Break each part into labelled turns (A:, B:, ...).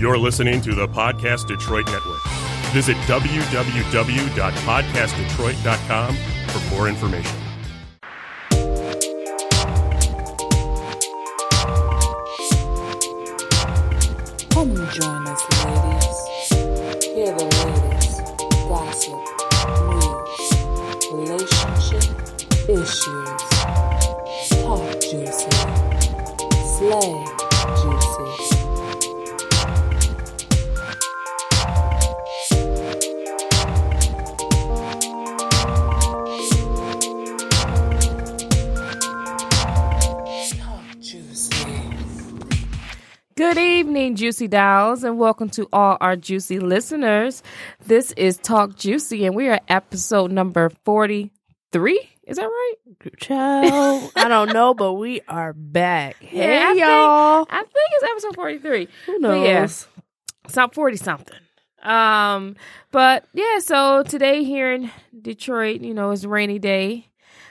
A: You're listening to the Podcast Detroit Network. Visit www.podcastdetroit.com for more information.
B: Come and join us, ladies. Hear the latest gossip, news, relationship issues. Talk juicy, slay juicy. Talk juicy.
C: Good evening, Juicy Dolls, and welcome to all our juicy listeners. This is Talk Juicy, and we are episode number 43. Is that right?
D: Child, I don't know, but we are back. Hey,
C: I think-
D: y'all.
C: I think it's episode 43.
D: Who
C: But
D: knows?
C: yeah, some 40 something. Um, but yeah, so today here in Detroit, you know, it's a rainy day.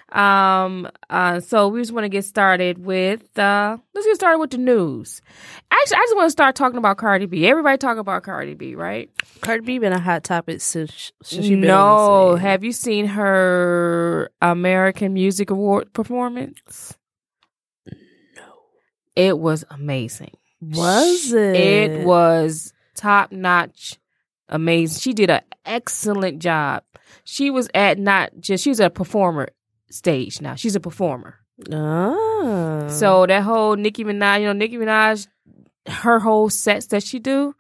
C: Um, uh, so we just want to get started with uh let's get started with the news. Actually, I just want to start talking about Cardi B. Everybody talking about Cardi B, right?
D: Cardi B been a hot topic since, sh- since she been
C: no,
D: on the scene.
C: have you seen her American Music Award performance? No. It was amazing.
D: was it?
C: It was top notch, amazing. She did an excellent job. She was at not just she's a performer stage now. She's a performer.
D: Ah.
C: So that whole Nicki Minaj, you know, Nicki Minaj, her whole sets that she do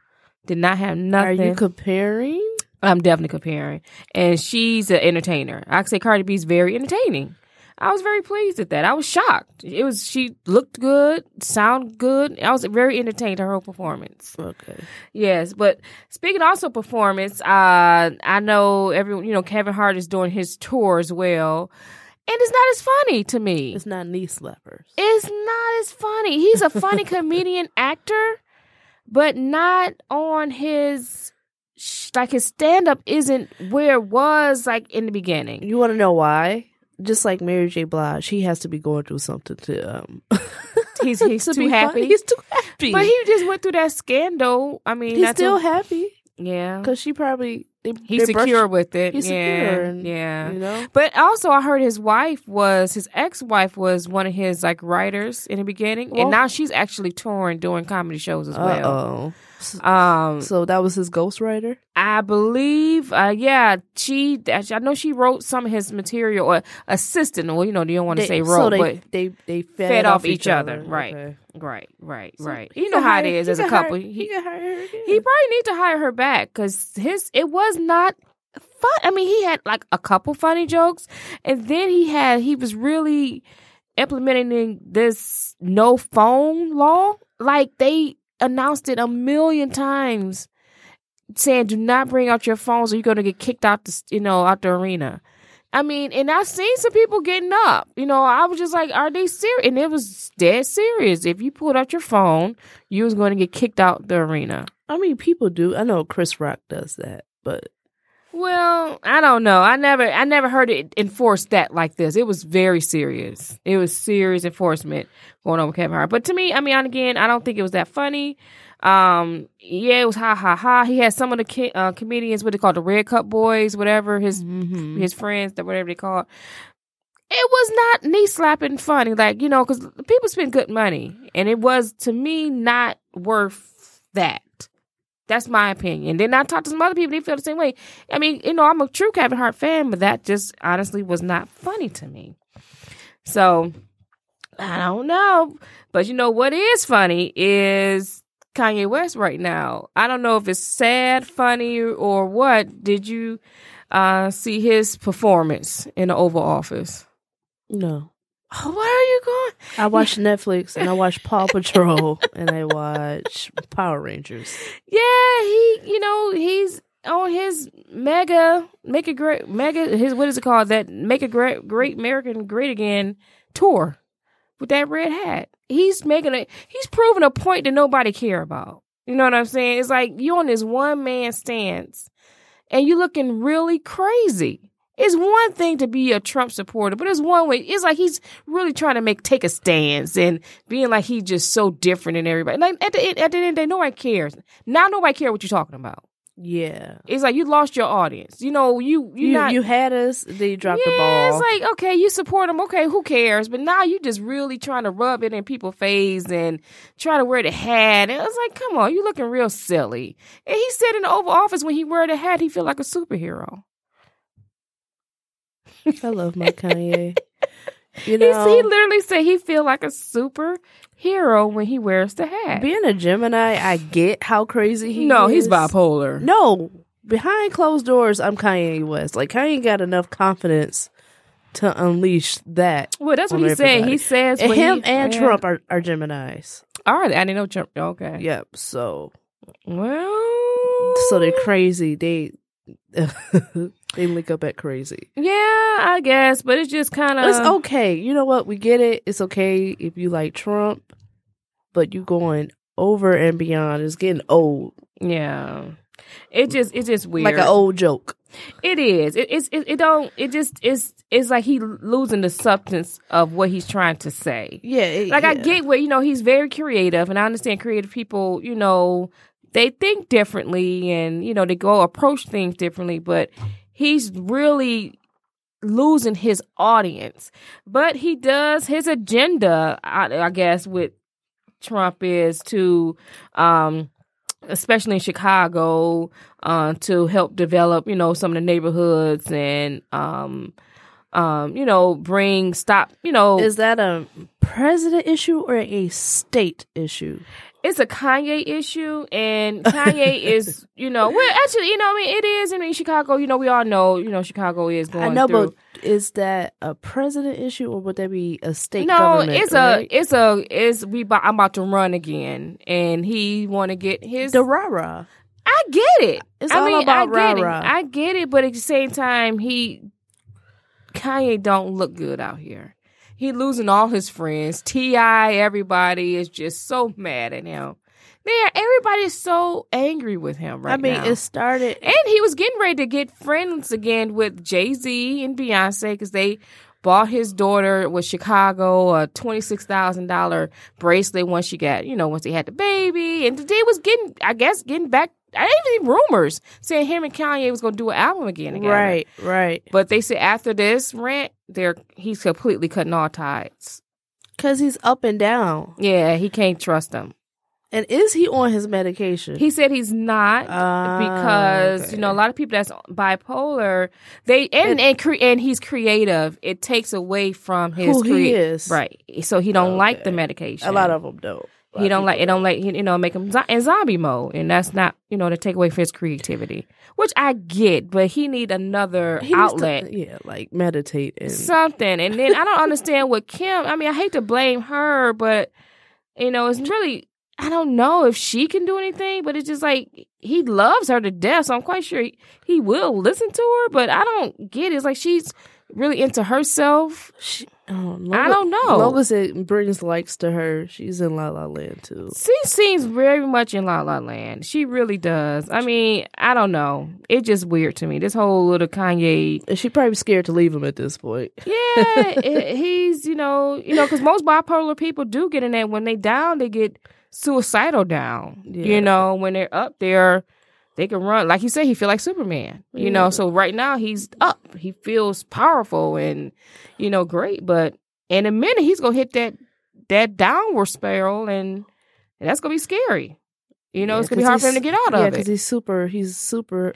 C: did not have
D: are
C: nothing.
D: you comparing?
C: I'm definitely comparing. And she's an entertainer. I could say Cardi B's very entertaining. I was very pleased at that. I was shocked. It was she looked good, sound good. I was very entertained her whole performance.
D: Okay.
C: Yes, but speaking also performance, uh, I know everyone. You know, Kevin Hart is doing his tour as well, and it's not as funny to me.
D: It's not knee slappers.
C: It's not as funny. He's a funny comedian actor, but not on his sh- like his stand up isn't where it was like in the beginning.
D: You want to know why? Just like Mary J. Blige, he has to be going through something to um.
C: He's he's
D: to
C: too
D: be
C: happy.
D: funny. He's too happy.
C: but he just went through that scandal. I mean,
D: he's
C: not too-
D: still happy
C: yeah.
D: because she probably they,
C: He's
D: they brushed-
C: secure with it.
D: He's
C: yeah,
D: secure. and-
C: yeah.
D: You know.
C: But also, I heard his wife was his ex-wife was one of his like writers in the beginning,
D: Well-
C: and now she's actually touring doing comedy shows as well.
D: Uh oh.
C: Um,
D: So that was his ghostwriter.
C: I believe, uh, yeah, she. I know she wrote some of his material or assistant, or you know, you don't want to say
D: so
C: wrote,
D: they,
C: but
D: they they fed,
C: fed off each other, right?
D: Okay.
C: Right, right,
D: So
C: right.
D: he
C: You know
D: could
C: how it
D: hire-
C: is
D: he
C: as a
D: could hire-
C: couple.
D: he,
C: He,
D: could hire her again.
C: he probably need to hire her back because his it was not fun. I mean, he had like a couple funny jokes, and then he had he was really implementing this no phone law. Like they announced it a million times, saying, "Do not bring out your phones, or you're going to get kicked out the s- you know out the arena." I mean, and I seen some people getting up. You know, I was just like, "Are they serious?" And it was dead serious. If you pulled out your phone, you was going to get kicked out the arena.
D: I mean, people do. I know Chris Rock does that, but
C: Well, I don't know. I never I never heard it enforced that like this. It was very serious. It was serious enforcement going on with Kevin Hart. But to me, I mean, and again, I don't think it was that funny. Um, yeah, it was ha ha ha. He had some of the ki- uh, comedians, what they call the Red Cup Boys, whatever his his friends, that whatever they call it. It was not knee slapping funny, like you know, because people spend good money, and it was to me not worth that. That's my opinion. Then I talked to some other people; they feel the same way. I mean, you know, I'm a true Kevin Hart fan, but that just honestly was not funny to me. So I don't know, but you know what is funny is Kanye West right now. I don't know if it's sad, funny, or what. Did you uh, see his performance in the Oval Office?
D: no.
C: Oh, where are you going?
D: I watch Netflix and I watch Paw Patrol and I watch Power Rangers.
C: Yeah, he, you know, he's on his mega, make a great, mega, his, what is it called? That make a great, great American great again tour with that red hat. He's making a, he's proving a point that nobody care about. You know what I'm saying? It's like you on this one man stance and you looking really crazy. It's one thing to be a Trump supporter, but it's one way. It's like he's really trying to make take a stance and being like he's just so different than everybody. Like at the end- at the end of the day, nobody cares. Now nobody care what you're talking about.
D: Yeah.
C: It's like you lost your audience. You know, you you
D: You,
C: not
D: you had us, then you dropped the
C: yeah,
D: ball.
C: it's like okay, you support them, okay, who cares? But now you just really trying to rub it in people's face and try to wear the hat. And it's like, come on, you looking real silly. And he said in the Oval Office when he wore the hat, he felt like a superhero.
D: I love my Kanye. You
C: He, he
D: know,
C: literally said he feel like a superhero when he wears the hat.
D: being a Gemini, I get how crazy he
C: no, he's
D: is.
C: bipolar.
D: No, behind closed doors, I'm Kanye West. Like Kanye got enough confidence to unleash that.
C: Well, that's what
D: on
C: he said.
D: everybody.
C: He says
D: And
C: when
D: him
C: he-
D: and
C: yeah.
D: Trump are, are Geminis.
C: All right, I didn't know Trump. Okay.
D: Yep. So
C: Well,
D: so they're crazy. They they link up at crazy.
C: yeah, I guess, but it's just kind of
D: it's okay. You know what? We get it. It's okay if you like Trump, but you going over and beyond. It's getting old,
C: Yeah. It just it's just weird.
D: like an old joke.
C: It is. It, it's it, it don't it just it's it's like he losing the substance of what he's trying to say.
D: Yeah. it-
C: Like I
D: yeah.
C: get where you know he's very creative, and I understand creative people. You know they think differently, and you know they go approach things differently. But he's really losing his audience. But he does his agenda, I, I guess, with Trump is to, um, especially in Chicago, uh, to help develop you know some of the neighborhoods and. Um, um, you know, bring stop. You know,
D: Is that a president issue or a state issue?
C: it's a Kanye issue, and Kanye is, you know, well, actually, you know, I mean, it is. I mean, Chicago, you know, we all know, you know, Chicago is going.
D: I know,
C: through.
D: but is that a president issue or would that be a state?
C: no,
D: government,
C: it's
D: right?
C: a, it's a, it's we. bu- I'm about to run again, and he want to get his.
D: the rah rah.
C: I get it.
D: It's
C: I
D: all
C: mean,
D: about
C: I get
D: rah-rah.
C: it. I get it, but at the same time, he Kanye don't look good out here. He losing all his friends. Ti, everybody is just so mad at him. Man, everybody's so angry with him right
D: I mean,
C: now.
D: it started.
C: And he was getting ready to get friends again with Jay Z and Beyonce because they bought his daughter with Chicago a twenty six thousand dollar bracelet once she got you know once he had the baby and they was getting I guess getting back I even rumors saying him and Kanye was gonna do an album again together.
D: Right, right.
C: But they said after this rant, they're he's completely cutting all ties.
D: Because he's up and down.
C: Yeah, he can't trust them.
D: And is he on his medication?
C: He said he's not.
D: Ah,
C: because you know a
D: okay.
C: lot of people that's bipolar they and and, cre- and he's creative it takes away from his
D: Who he
C: crea-
D: is.
C: right so he don't like the
D: Okay.
C: medication
D: a lot of them don't.
C: he don't like it don't like you know make him zo- in zombie mode and that's not you know to take away from his creativity which i get but he need another
D: He needs to-
C: outlet
D: yeah, like meditate and
C: something. And then I don't understand what Kim. I mean, I hate to blame her, but you know, it's really I don't know if she can do anything. But it's just like he loves her to death, so I'm quite sure he, he will listen to her. But I don't get it. It's like she's really into herself.
D: She, oh,
C: I don't know.
D: Long as it brings likes to her, she's in La La Land too.
C: She seems very much in La La Land. She really does. I mean, I don't know. It's just weird to me. This whole little Kanye
D: And she probably scared to leave him at this point.
C: Yeah, it, he's you know you know because most bipolar people do get in that when they down they get suicidal down.
D: Yeah.
C: You know when they're up there, they can run. Like you said, he feel like Superman. You know, so right now he's up. He feels powerful and you know great, but in a minute he's gonna hit that that downward spiral and, and that's gonna be scary. You know,
D: Yeah,
C: it's gonna be hard
D: 'cause
C: for him to
D: he's-
C: get out
D: yeah,
C: of it.
D: he's super. He's super.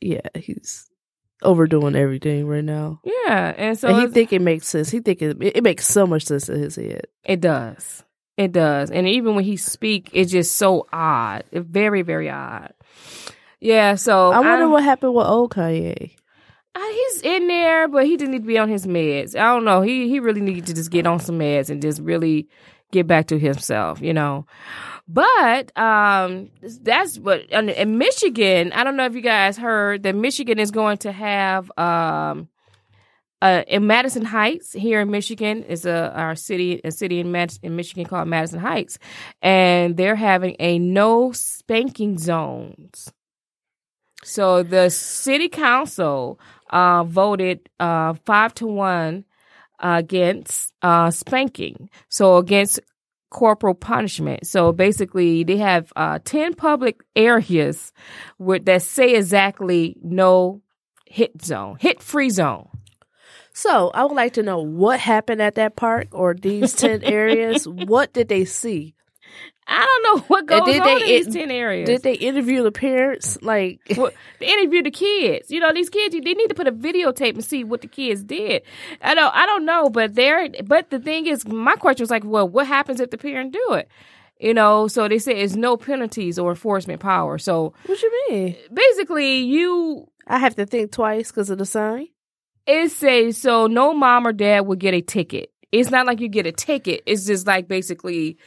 D: Yeah, he's overdoing everything right now.
C: Yeah, and so
D: and he
C: it's-
D: think it makes sense. He think it, it makes so much sense in his head.
C: It does. It does. And even when he speak, it's just so odd. Very, very odd. Yeah, so
D: I wonder
C: I-
D: what happened with old Kanye.
C: I- Uh, he's in there, but he didn't need to be on his meds. I don't know. He he really needed to just get on some meds and just really get back to himself, you know. But um that's what and in Michigan, I don't know if you guys heard that Michigan is going to have um uh, in Madison Heights here in Michigan is a our city a city in, Mad- in Michigan called Madison Heights, and they're having a no spanking zones. So the city council uh, voted uh, five to one against uh, spanking. So against corporal punishment. So basically, they have uh, ten public areas where, that say exactly no hit zone, hit free zone.
D: So I would like to know what happened at that park or these ten areas. What did they see?
C: I don't know what goes
D: And did
C: on in
D: they
C: these
D: in-
C: ten areas.
D: Did they interview the parents? Like,
C: well, they interview the kids. You know, these kids, you- they need to put a videotape and see what the kids did. I don't, I don't know, but there. But the thing is, my question was like, well, what happens if the parent do it? You know, so they say it's no penalties or enforcement power. So
D: what you mean?
C: basically, you
D: I have to think twice because of the sign.
C: it says so no mom or dad will get a ticket. It's not like you get a ticket. It's just like basically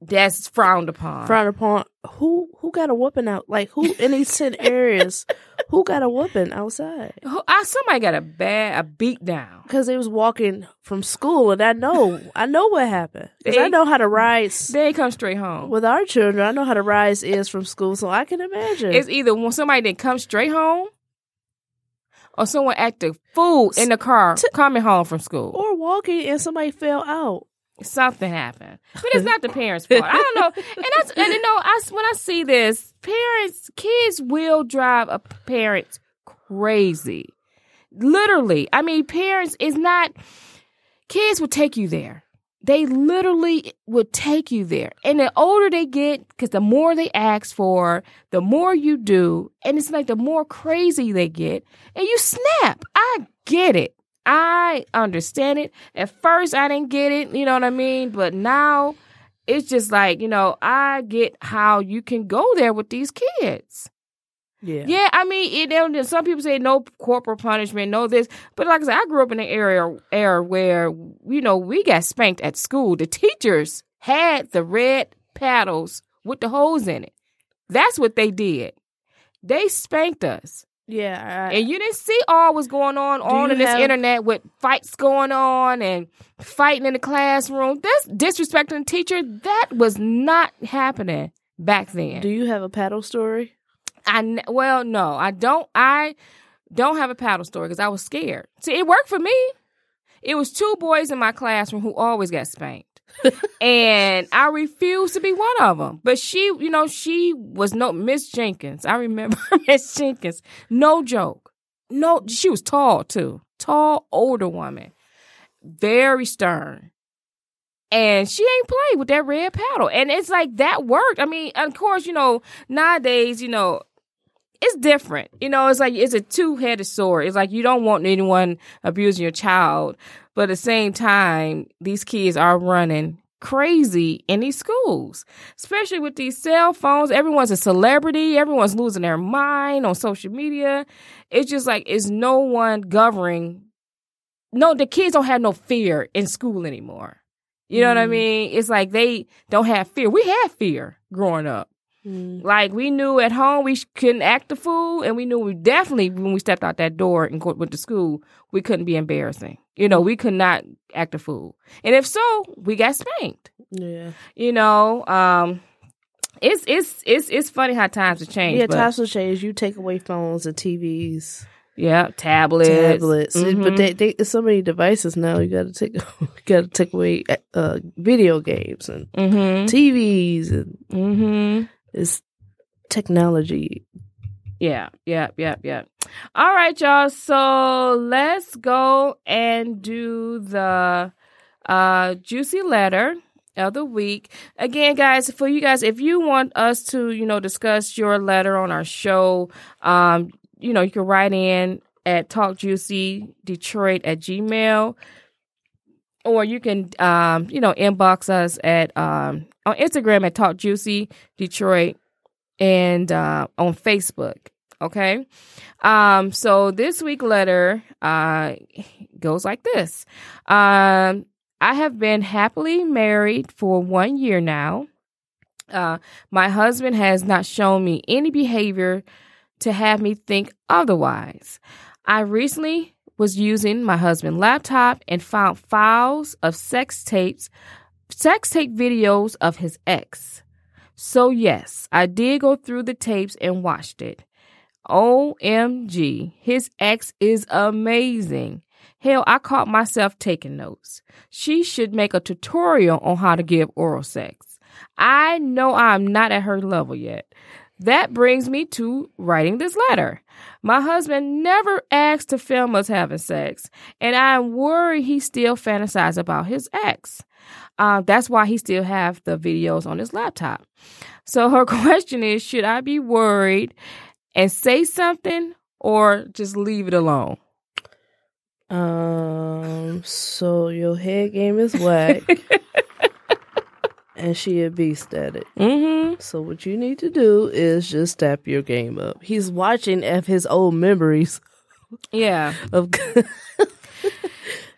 C: that's frowned upon.
D: Frowned upon. Who who got a whooping out? Like who in these ten areas? Who got a whooping outside?
C: Who- I, somebody got a bad a beat down.
D: Because they was walking from school, and I know I know what happened. 'Cause I
C: They-
D: know how to rise
C: They ain't come straight home.
D: with our children. I know how to rise is from school, so I can imagine.
C: It's either when somebody didn't come straight home or someone act a fool in the car coming home from school.
D: or walking and somebody fell out.
C: Something happened. But it's not the parents' fault. I don't know. And that's and you know, I s- when I see this, parents kids will drive a parent crazy. Literally. I mean, parents is not kids will take you there. They literally will take you there. And the older they get, because the more they ask for, the more you do. And it's like the more crazy they get. And you snap. I get it. I understand it. At first, I didn't get it. You know what I mean? But now it's just like, you know, I get how you can go there with these kids.
D: Yeah.
C: Yeah, I mean, it, and then some people say no corporal punishment, no this, but like I said, I grew up in an area era where you know we got spanked at school. The teachers had the red paddles with the holes in it. That's what they did. They spanked us,
D: Yeah. I,
C: and you didn't see all what's going on on
D: you
C: in this
D: have-
C: internet with fights going on and fighting in the classroom. That's disrespecting the teacher. That was not happening back then.
D: do you have a paddle story?
C: I n- well, no, I don't. I don't have a paddle story because I was scared. See, it worked for me. It was two boys in my classroom who always got spanked, and I refused to be one of them. But she, you know, she was no Miss Jenkins. I remember Miss Jenkins. No joke. No, she was tall too. Tall, older woman, very stern. And she ain't played with that red paddle. And it's like that worked. I mean, of course, you know, nowadays, you know, it's different. You know, it's like it's a two headed sword. It's like you don't want anyone abusing your child, but at the same time, these kids are running crazy in these schools, especially with these cell phones. Everyone's a celebrity, everyone's losing their mind on social media. It's just like it's no one governing. No, the kids don't have no fear in school anymore. You know what I
D: Mm.
C: mean? It's like they don't have fear. We had fear growing up.
D: Mm,
C: Like we knew at home we sh- couldn't act the fool, and we knew we definitely when we stepped out that door and go, went to school, we couldn't be embarrassing. You know, we could not act a fool, and if so, we got spanked.
D: Yeah.
C: You know, um, it's it's it's it's funny how times have changed.
D: Yeah,
C: but-
D: times will change. You take away phones and TVs,
C: yeah, tablets,
D: tablets, but
C: mhm.
D: they, they it's so many devices now. You got to take, you got to take away uh, video games and
C: Mhm.
D: TVs, and
C: Mhm.
D: it's technology.
C: Yeah, yeah, yeah, yeah. All right, y'all. So let's go and do the uh, juicy letter of the week. Again, guys, for you guys, if you want us to, you know, discuss your letter on our show, um, you know, you can write in at talkjuicydetroit at gmail. Or you can, um, you know, inbox us at um, on Instagram at talkjuicydetroit and uh, on Facebook. Okay. Um, so this week letter uh, goes like this. Um, I have been happily married for one year now. Uh, my husband has not shown me any behavior to have me think otherwise. I recently was using my husband's laptop and found files of sex tapes, sex tape videos of his ex. So, yes, I did go through the tapes and watched it. OMG, his ex is amazing. Hell, I caught myself taking notes. She should make a tutorial on how to give oral sex. I know I'm not at her level yet. That brings me to writing this letter. My husband never asked to film us having sex, and I'm worried he still fantasizes about his ex. Uh, that's why he still have the videos on his laptop. So her question is, should I be worried and say something or just leave it alone?
D: Um, so your head game is whack, and she a beast at it.
C: Mm-hmm.
D: So what you need to do is just step your game up. He's watching of his old memories
C: Yeah.
D: of.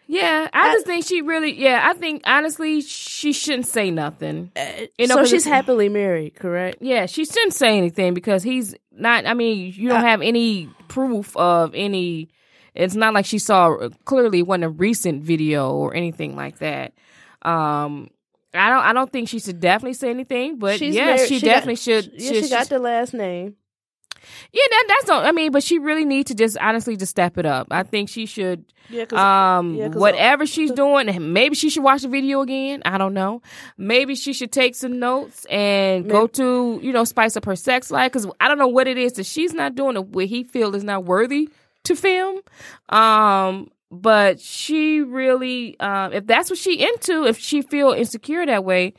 C: Yeah. I, just think she really, yeah, I think honestly, she shouldn't say nothing.
D: Uh,
C: You know,
D: so
C: 'cause
D: she's
C: it's-
D: happily married, correct?
C: Yeah, she shouldn't say anything because he's not. I mean, you
D: Uh,
C: don't have any proof of any. It's not like she saw clearly it wasn't a recent video or anything like that. Um, I don't. I don't think she should definitely say anything. But
D: She's
C: yeah,
D: married-
C: she,
D: got-
C: definitely should.
D: Yeah, she, got the last name.
C: yeah, that, that's all. I mean, but she really needs to just honestly just step it up. I think she should.
D: Yeah,
C: Um,
D: yeah, 'cause- uh,
C: whatever she's doing, maybe she should watch the video again. I don't know. Maybe she should take some notes and go to you know spice up her sex life because I don't know what it is that she's not doing or what he feel is not worthy to film. Um, but she really, um, if that's what she into, if she feel insecure that way,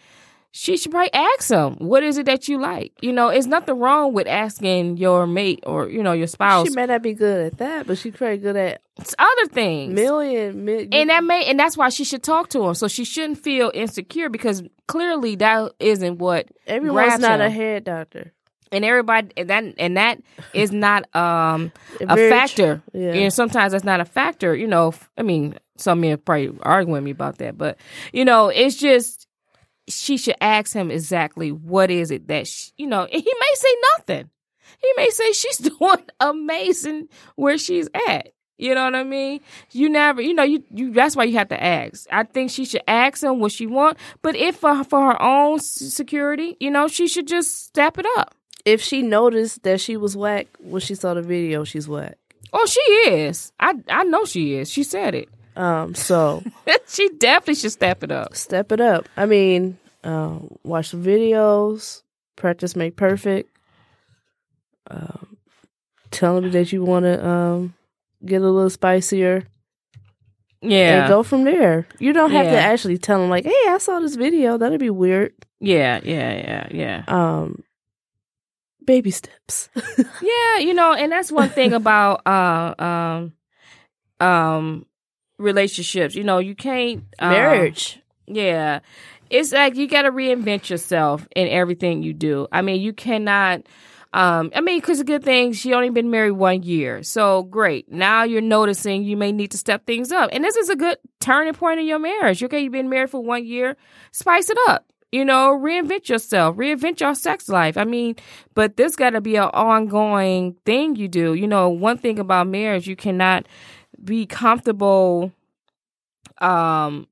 C: she should probably ask him what is it that you like. You know, it's nothing wrong with asking your mate or you know your spouse
D: she may not be good at that, but she's pretty good at
C: It's other things.
D: million. million
C: And that may and that's why she should talk to him. So she shouldn't feel insecure because clearly that isn't what
D: everyone's
C: grabs
D: not a
C: him.
D: head doctor.
C: and everybody and that and that is not um a
D: Very tr-
C: factor.
D: yeah.
C: And sometimes that's not a factor, you know. f- I mean, some men probably arguing with me about that, but you know, it's just she should ask him exactly what is it that she, you know, and he may say nothing. He may say she's doing amazing where she's at. You know what I mean? You never, you know, you, you that's why you have to ask. I think she should ask him what she want, but if for, for her own s- security, you know, she should just step it up.
D: If she noticed that she was whack when she saw the video, she's whack.
C: Oh, she is. I I know she is. She said it.
D: Um, so
C: she definitely should step it up.
D: step it up. I mean, uh, watch some videos, practice make perfect. Um, tell them that you want to um, get a little spicier and
C: Yeah.
D: go from there. You don't have to
C: Yeah.
D: actually tell them like, "Hey, I saw this video." That'd be weird.
C: yeah. Yeah. Yeah. Yeah.
D: Um, baby steps.
C: Yeah. You know, and that's one thing about uh um um relationships. You know, you can't uh,
D: Marriage.
C: Yeah. It's like you got to reinvent yourself in everything you do. I mean, you cannot. Um, I mean, because a good thing she only been married one year, so great. Now you're noticing you may need to step things up, and this is a good turning point in your marriage. Okay, you've been married for one year, spice it up. You know, reinvent yourself, reinvent your sex life. I mean, but this got to be an ongoing thing you do. You know, one thing about marriage, you cannot be comfortable um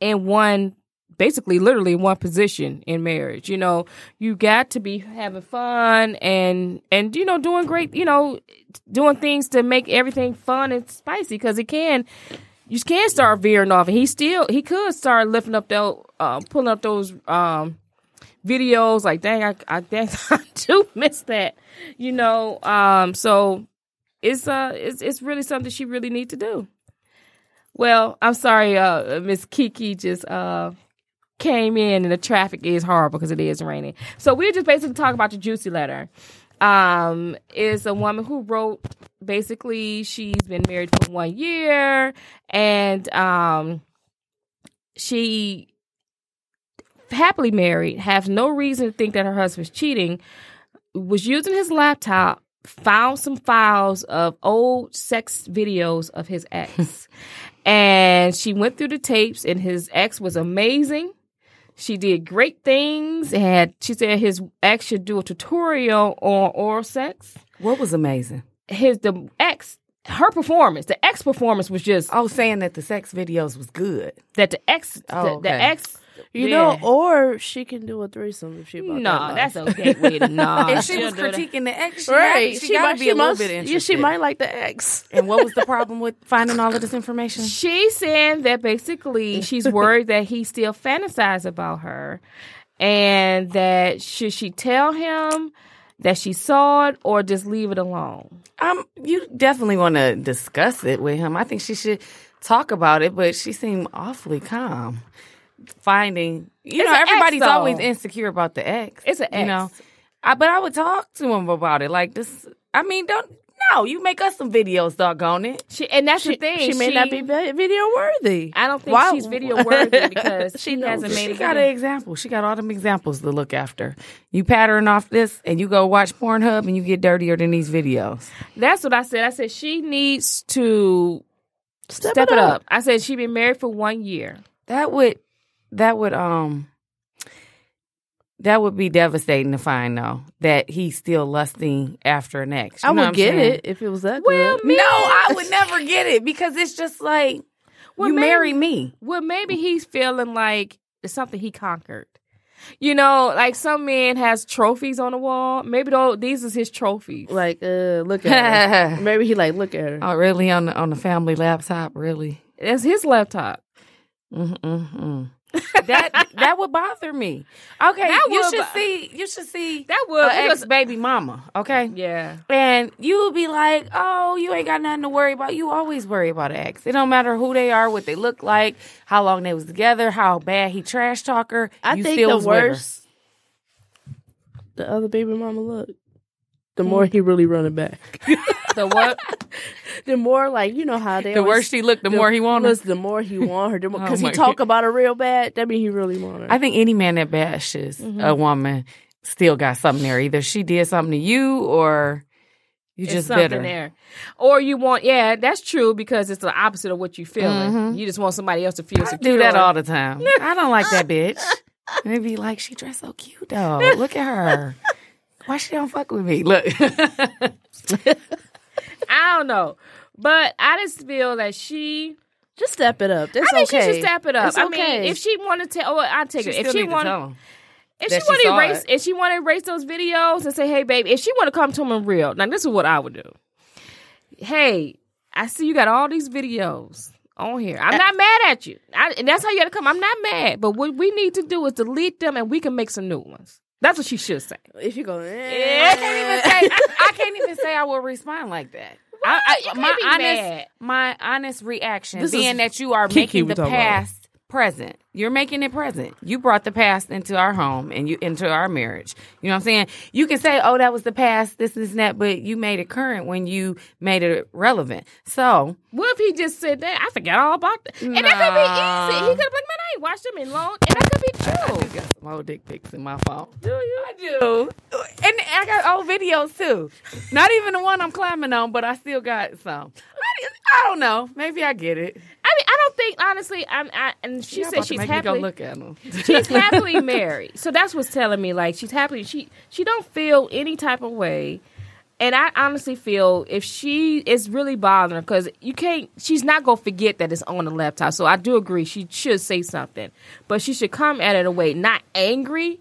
C: in one basically literally in one position in marriage you know you got to be having fun and and you know doing great you know doing things to make everything fun and spicy because it can you can start veering off and he still he could start lifting up those uh, pulling up those um videos like dang i i dang, i do miss that you know um so it's uh it's it's really something she really need to do well, I'm sorry, uh, Miss Kiki just uh, came in, and the traffic is horrible because it is raining. So we're just basically talking about the juicy letter. Um, is a woman who wrote basically she's been married for one year, and um, she happily married, has no reason to think that her husband's cheating, was using his laptop, found some files of old sex videos of his ex. and she went through the tapes and his ex was amazing. She did great things. Had she said his ex should do a tutorial on oral sex.
E: What was amazing?
C: His the ex her performance, the ex performance was just
E: Oh, saying that the sex videos was good.
C: that the ex
E: Oh,
C: the, the
E: okay.
C: ex
D: You
C: Yeah.
D: know,
E: oh,
D: or she can do a threesome if she about
C: No,
D: that
C: that's
D: life.
C: okay with nah.
E: If she
C: she'll
E: was
C: do that.
E: critiquing the ex, she,
D: right.
E: she, gotta
D: might-
E: be a little
D: must-
E: bit interested.
D: Yeah, she might like the ex.
E: And what was the problem with finding all of this information?
C: She's saying that basically she's worried that he still fantasizes about her and that should she tell him that she saw it or just leave it alone?
E: Um, you definitely want to discuss it with him. I think she should talk about it, but she seemed awfully calm. Finding, you
C: It's
E: know,
C: an ex,
E: everybody's
C: though.
E: always insecure about the ex.
C: It's an
E: You know,
C: ex.
E: I, but I would talk to him about it. Like this, I mean, don't no, you make us some videos, doggone it.
C: She, and that's the thing.
D: She may not be vi- video worthy.
C: I don't think
D: Why-
C: she's video worthy because she, hasn't made
E: She
C: it.
E: got an example. She got all them examples to look after. You pattern off this, and you go watch Pornhub, and you get dirtier than these videos.
C: That's what I said. I said she needs to step, it, up. I said she been married for one year.
E: That would that would um that would be devastating to find though that he's still lusting after an ex. You
D: I
E: know what
D: would
E: I'm
D: get
E: saying?
D: it if it was that
C: Well,
D: good.
C: me-
E: No, I would never get it because it's just like
C: Well,
E: you
C: maybe-
E: marry me.
C: Well, maybe he's feeling like it's something he conquered. You know, like some man has trophies on the wall. Maybe though these is his trophies.
D: Like, uh, look at her. Maybe he like look at her.
E: Oh, really? On the, on the family laptop? Really?
C: That's his laptop.
E: Mm-mm-mm. Mm-hmm, that that would bother me. Okay,
C: That
E: you
C: would
E: should
C: bo-
E: see. You should see
C: That would
E: ex
C: because,
E: baby mama. Okay,
C: yeah.
E: And you'll be like, oh, you ain't got nothing to worry about. You always worry about an ex. It don't matter who they are, what they look like, how long they was together, how bad he trash talk her.
D: I
E: you
D: think
E: still
D: the
E: was with her.
D: worse the other baby mama look, the
E: Hmm.
D: more he really running back.
C: The what?
D: the more like you know how they
E: The
D: always-
E: worse she looked, the more he wanted.
D: listen, the more he want her
E: Oh
D: because
E: my
D: he talk
E: God.
D: about her real bad that mean he really want her
E: I think any man that bashes
C: Mm-hmm.
E: a woman still got something there. Either she did something to you or you
C: It's
E: just
C: something
E: bitter.
C: there. Or you want yeah, that's true because it's the opposite of what you feeling. You just want somebody else to feel
E: Mm-hmm. I
C: secure.
E: do that all the time. I don't like that bitch. And it be like, she dressed so cute though. Look at her. Why she don't fuck with me? Look.
C: I don't know. But I just feel that she
D: just step it up that's
C: I think
D: okay
C: she should step it up.
D: It's
C: I
D: okay.
C: mean, if she want to tell, well, I take it. If
E: still
C: she
E: need to
C: want,
E: tell him.
C: if she
E: that she
C: want to
E: saw
C: erase,
E: it.
C: if she want to erase those videos and say, "Hey, baby," if she want to come to him in real, now this is what I would do. Hey, I see you got all these videos on here. I'm not mad at you, I, and that's how you got to come. I'm not mad, but what we need to do is delete them, and we can make some new ones. That's what she should say.
D: if you go eh.
E: I can't even say I can't even say I will respond like that. I, I,
C: can't
E: my
C: be
E: honest,
C: mad.
E: my honest reaction
D: This
E: being
D: is
E: that you are
D: Kiki
E: making
D: we
E: the
D: talking about.
E: past present. You're making it present. You brought the past into our home and you into our marriage. You know what I'm saying? You can say, "Oh, that was the past, this, this, and that," but you made it current when you made it relevant. So
C: What if he just said that? I forgot all about that, and that could
E: Nah.
C: be easy. He could have been like, "Man, I ain't watched them in long," and that could be true.
E: got some old dick pics in my phone. Do you? I do. And I got old videos too. Not even the one I'm climbing on, but I still got some. I, I don't know. Maybe I get it.
C: I mean, I don't think honestly. I'm. I, and she
E: Y'all
C: said
E: about to
C: she's
E: make me go
C: happily.
E: look at them.
C: she's happily married. So that's what's telling me like she's happily she she don't feel any type of way. And I honestly feel if she is really bothering because you can't, she's not gonna forget that it's on the laptop. So I do agree she should say something, but she should come at it away not angry,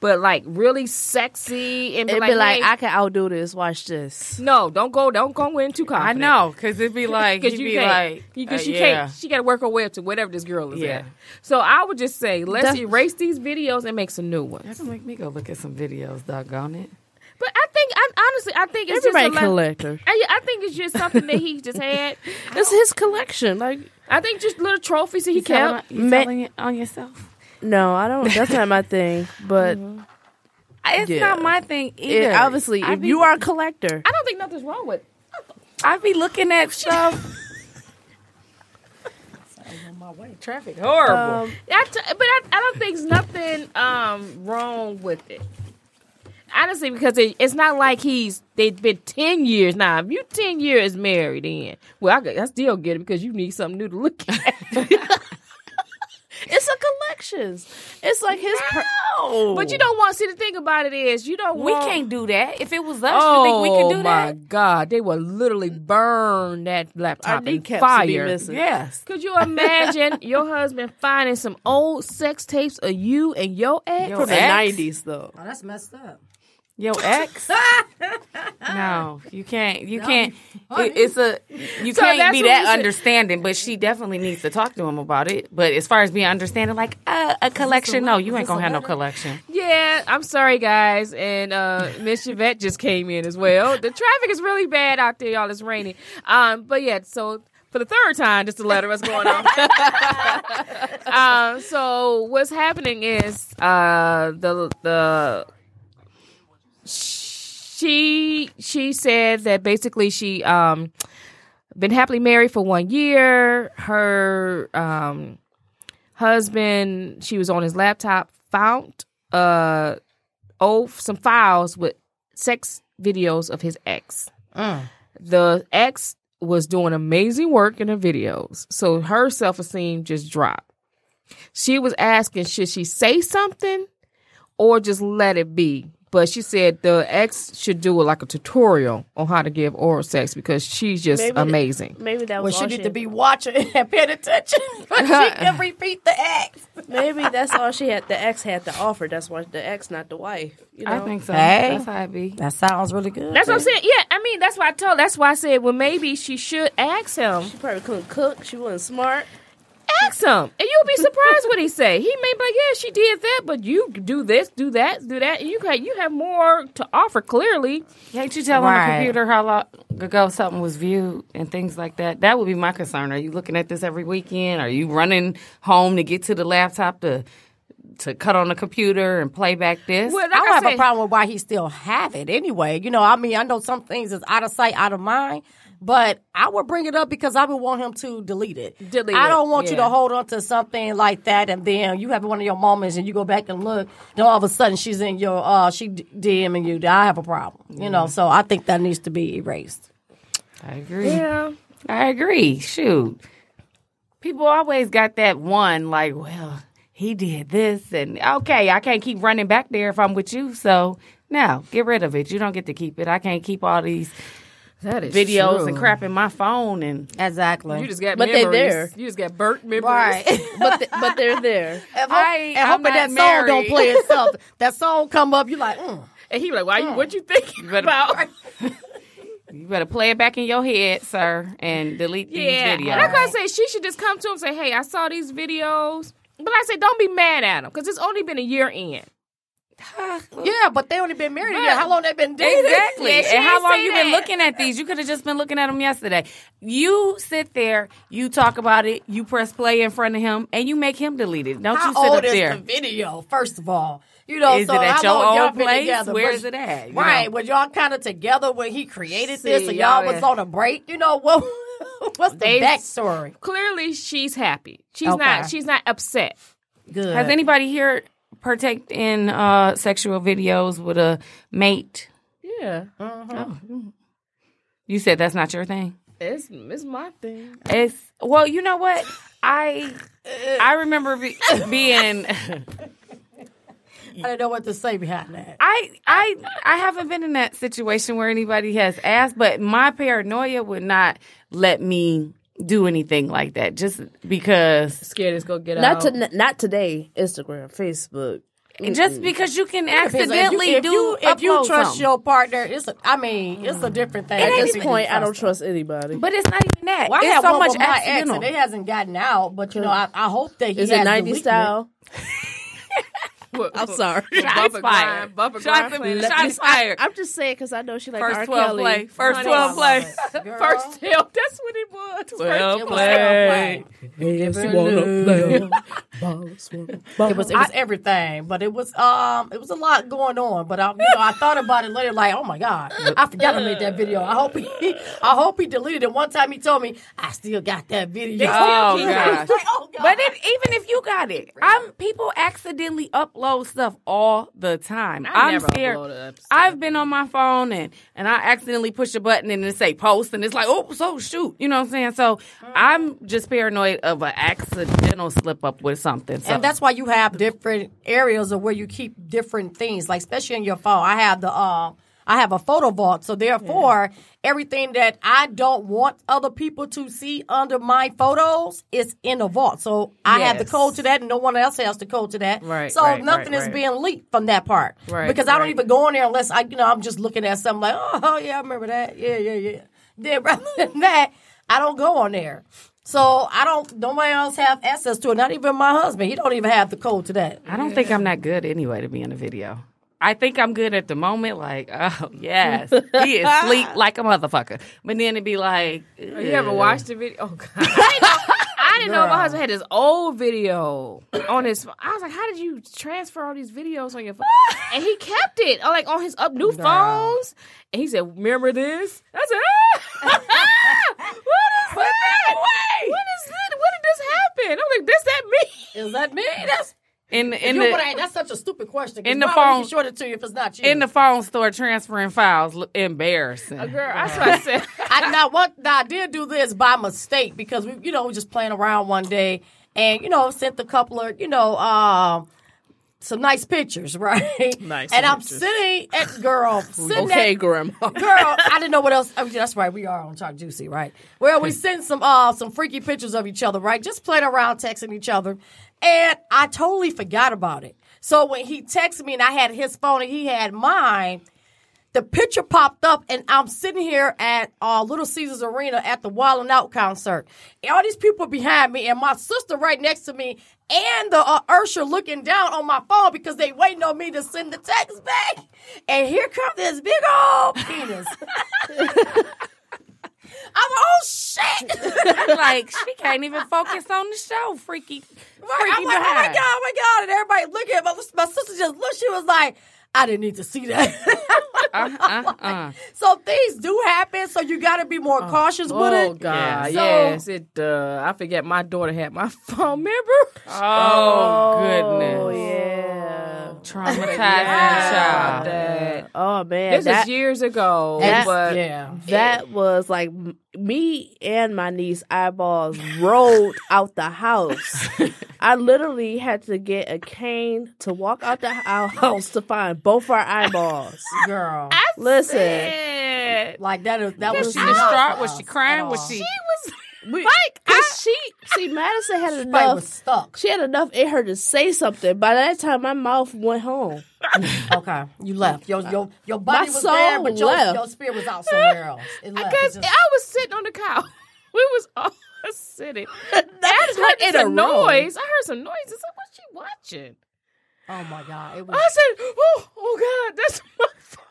C: but like really sexy and be
D: It'd
C: like,
D: be like,
C: "Hey,
D: I can outdo this. Watch this.
C: no, don't go, don't go in too
E: I
C: confident.
E: know, because it'd be like,
C: Because
E: he'd
C: you
E: be
C: can't,
E: like,
C: because
E: uh,
C: she
E: yeah.
C: can't, she got to work her way up to whatever this girl is
E: Yeah.
C: at. So I would just say, let's
D: That's-
C: erase these videos and make some new ones.
E: That's gonna make me go look at some videos, doggone it.
C: But I think, I honestly, I think it's
D: Everybody
C: just a lot-
D: collector.
C: I, I think it's just something that he just had.
D: It's his collection. Like,
C: I think just little trophies that he kept.
E: you
D: Ma-
E: telling it on yourself?
D: no, I don't. That's not my thing. But
E: It's
D: Yeah.
E: not my thing
D: it-
E: either.
D: obviously,
E: I
D: if
E: be-
D: you are a collector,
C: I don't think nothing's wrong with.
E: I be looking at stuff. Traffic horrible.
D: um,
C: I t- but I, I don't think there's nothing um, wrong with it. Honestly, because it, it's not like he's they've been ten years now. If you ten years married, in well, I, could- I still get it because you need something new to look at.
D: It's a collections. It's like his. per-
E: No.
C: But you don't want. See, the thing about it is, you don't.
E: We
C: want-
E: can't do that. If it was us,
C: Oh
E: you think we could do
C: my
E: that?
C: God! They would literally burn that
D: Our
C: laptop in
D: kneecaps would be
C: fire.
D: missing.
E: Yes.
C: Could you imagine your husband finding some old sex tapes of you and your ex?
E: Your
D: From the
E: Ex?
D: nineties, though.
F: Oh, that's messed up.
E: Yo, ex. no, you can't. You can't.
F: funny.
E: it- it's a. You
C: So
E: can't
C: that's
E: be
C: what
E: that
C: you said.
E: understanding. But she definitely needs to talk to him about it. But as far as being understanding, like uh, a collection, no,
F: letter?
E: you
F: Is
E: ain't
F: this
E: gonna
F: a
E: have no
F: letter?
E: collection.
C: Yeah, I'm sorry, guys. And uh, Miss Yvette just came in as well. The traffic is really bad out there, y'all. It's raining. Um, but yeah, so for the third time, just to let her what's going on. um, so what's happening is uh, the the she she said that basically she um been happily married for one year. Her um husband, she was on his laptop, found uh oh some files with sex videos of his ex. The ex was doing amazing work in her videos, so her self esteem just dropped. She was asking, should she say something or just let it be? But she said the ex should do like a tutorial on how to give oral sex because she's just
D: Maybe-
C: amazing.
D: Maybe that
F: Well,
D: was
F: she
D: all
F: need to be watching and paying attention. But she can repeat the act.
D: Maybe that's all she had. The ex had to offer. That's why the ex, not the wife. You know?
E: I think so.
F: Hey.
E: That's how it be.
F: That sounds really good.
C: That's what I'm saying. Yeah, I mean that's why I told. That's why I said, well, maybe she should ask him.
D: she probably couldn't cook. She wasn't smart.
C: Ask him, and you'll be surprised what he say. He may be like, yeah, she did that, but you do this, do that, do that, and you can you have more to offer. Clearly,
E: Can't you tell on
F: Right.
E: a computer how long ago something was viewed and things like that? That would be my concern. Are you looking at this every weekend? Are you running home to get to the laptop to to cut on the computer and play back this?
C: Well,
F: I
C: Like
F: don't
C: I
F: have
C: said-
F: a problem with why he still have it anyway. You know, I mean, I know some things is out of sight, out of mind, but I would bring it up because I would want him to delete it.
C: Delete
F: I don't
C: it,
F: want you
C: yeah.
F: to hold on to something like that, and then you have one of your moments, and you go back and look. Then all of a sudden, she's in your, uh, she d- DMing you. I have a problem. You know, so I think that needs to be erased.
E: I agree.
C: yeah,
E: I agree. Shoot. People always got that one, like, well, he did this, and okay, I can't keep running back there if I'm with you. So now get rid of it. You don't get to keep it. I can't keep all these
C: that is
E: videos
C: true.
E: and crap in my phone. And
F: Exactly.
C: You just got
D: But they
C: memories.
D: there.
C: You just got burnt memories.
D: But th- but they're there.
E: I,
F: and hoping that song don't play itself. that song come up, you like, mm.
C: And he like, why you? What you thinking about?
E: You better play it back in your head, sir, and delete
C: Yeah, and
E: these videos.
C: that's why I say she should just come to him and say, hey, I saw these videos, but I say don't be mad at him because it's only been a year in.
F: yeah, but they only been married. a year. How long they been dating?
E: Exactly.
C: Yeah, she
E: and how
C: ain't
E: long
C: say
E: you been
C: that.
E: looking at these? You could have just been looking at them yesterday. You sit there, you talk about it, you press play in front of him, and you make him delete it. Don't
F: How
E: you sit
F: old
E: up
F: is
E: there?
F: the video? First of all, you know,
E: Is
F: so
E: it at
F: how
E: your
F: long y'all
E: old
F: been
E: place?
F: together?
E: Where
F: Was-
E: is it at, you
F: Right,
E: know?
F: was y'all kind of together when he created
C: See,
F: this, and y'all
C: y'all
F: was
C: in-
F: on a break? You know what? What's
C: They-
F: the backstory?
C: Clearly, she's happy. She's
F: Okay.
C: not. She's not upset.
F: Good.
E: Has anybody here partaked in uh, sexual videos with a mate? Oh,
C: Yeah, Uh-huh.
E: You said that's not your thing.
C: it's it's my thing.
E: It's well, you know what? I I remember be, being
F: I didn't know what to say behind that.
E: I I I haven't been in that situation where anybody has asked, but my paranoia would not let me do anything like that just because
C: Scared it's gonna get
D: Not
C: out.
D: to n- not today. Instagram, Facebook.
E: just because you can
F: Because if you-
E: accidentally
F: if
E: do
F: you, if you
E: upload
F: trust
E: something.
F: your partner, it's a, I mean, it's a different thing.
D: At
F: Just
D: this
F: when you
D: point, I
F: trust
D: don't
F: them.
D: trust anybody.
E: but it's not even that.
F: Well, I
E: it's
F: had
E: so
F: one
E: much
F: with my ex,
E: accidental.
F: and it hasn't gotten out. But you know, I, I hope that he
D: Is
F: has
D: it '90s
F: deleted
D: style?
C: I'm
D: sorry.
E: Shots fired.
C: Bumper
E: Shots, shots fired.
D: I'm just saying because I know she like R.
E: First 12
D: Kelly.
E: play. First
C: Honey,
E: 12
C: I
E: play.
F: Oh, it. Girl.
C: First tail. That's what it was.
E: Well
C: First
E: played.
F: Play. It was,
D: But
F: it was everything, but it was um it was a lot going on. But I you know I thought about it later, like oh my god, I forgot I made that video. I hope he I hope he deleted it. One time he told me I still got that video.
E: Oh,
F: I was
E: gosh.
F: like, oh, god.
E: But it, even if you got it, I'm people accidentally upload upload stuff all the time.
C: I
E: am
C: never
E: scared.
C: upload up stuff.
E: I've been on my phone and and I accidentally push a button and it say post and it's like oh so shoot you know what I'm saying. So
C: Mm.
E: I'm just paranoid of an accidental slip up with something. So.
F: And that's why you have different areas of where you keep different things, like especially in your phone. I have the uh, I have a photo vault, so therefore everything that I don't want other people to see under my photos is in a vault. So I have the
C: Yes.
F: code to that, and no one else has the code to that.
C: Right,
F: So
C: right,
F: nothing
C: right,
F: is
C: right.
F: being leaked from that part.
C: Right,
F: Because I don't
C: right.
F: even go in there unless I, you know, I'm just looking at something like, oh yeah, I remember that. Yeah, yeah, yeah. Then rather than that, I don't go on there. So I don't. Nobody else have access to it. Not even my husband. He don't even have the code to that.
E: I don't think I'm that good anyway to be in a video. I think I'm good at the moment, like, oh yes, he is sleep like a motherfucker. But then it'd be like,
C: Oh, You ever watched the video? Oh God, I didn't know, I didn't know my husband had this old video on his. I was like, how did you transfer all these videos on your phone? and he kept it, oh, like on his up new phones. And he said, "Remember this?" I said, ah! "What is that? What is it? When did this happen?" I'm like, "Does that me?"
F: Is that me? That's
E: in in
F: you.
E: the
F: but I- that's such a stupid question. 'cause
E: in the
F: why would he
E: phone-
F: short it to you if it's not you.
E: in the phone store transferring files, look embarrassing.
C: Girl, that's what I said.
F: I now what now, I did do this by mistake because we you know we just playing around one day and you know sent a couple of you know um some nice pictures right
D: Nice
F: and I'm
D: pictures.
F: sitting at girl sitting
D: Okay,
F: at,
D: grandma.
F: girl I didn't know what else oh, yeah, that's right we are on Talk Juicy right well we sent some uh some freaky pictures of each other right just playing around texting each other and I totally forgot about it so when he texted me and I had his phone and he had mine the picture popped up, and I'm sitting here at uh, Little Caesars Arena at the Wild and Out concert. And all these people behind me, and my sister right next to me, and the uh, Ursher looking down on my phone because they waiting on me to send the text back. And here comes this big old penis. I'm oh shit! Right,
E: I'm like she can't even focus on the show. Freaky, freaky
F: I'm like, oh my
E: behind.
F: god, oh my god! And everybody looking at my, my sister just looked. She was like, I didn't need to see that.
E: Uh, uh.
F: so things do happen. So you got to be more cautious with it.
C: Oh God!
F: So-
C: Yes, it. Uh, I forget my daughter had my phone. Remember?
E: Oh, goodness,
D: yeah.
E: traumatizing
C: Yeah.
E: child.
C: That-
D: Oh man,
C: This
D: that,
C: is years ago,
D: That's-
C: but
F: yeah.
D: that was like m- me and my niece eyeballs rolled out the house. I literally had to get a cane to walk out the hou- house to find both our eyeballs.
F: girl.
D: Listen,
C: Yeah.
F: like that is that was
E: Was she
F: not
E: distraught? Was
F: us
E: she crying?
F: at
E: Was
F: all.
E: she?
D: we, like she see Madison had
F: Everybody was
D: enough.
F: stuck.
D: She had enough in her to say something. By that time, my mouth went home.
F: Okay, you left. Your your your body was
D: soul
F: there, but your,
D: left.
F: your spirit was out somewhere else. It left.
C: Because
F: It just-
C: I was sitting on the couch. We was all sitting. I just heard
D: in
C: some
D: a row.
C: noise. I heard some noise. I said, "What's she watching?"
F: oh my god, it was.
C: I said, "Oh, oh God, that's my phone."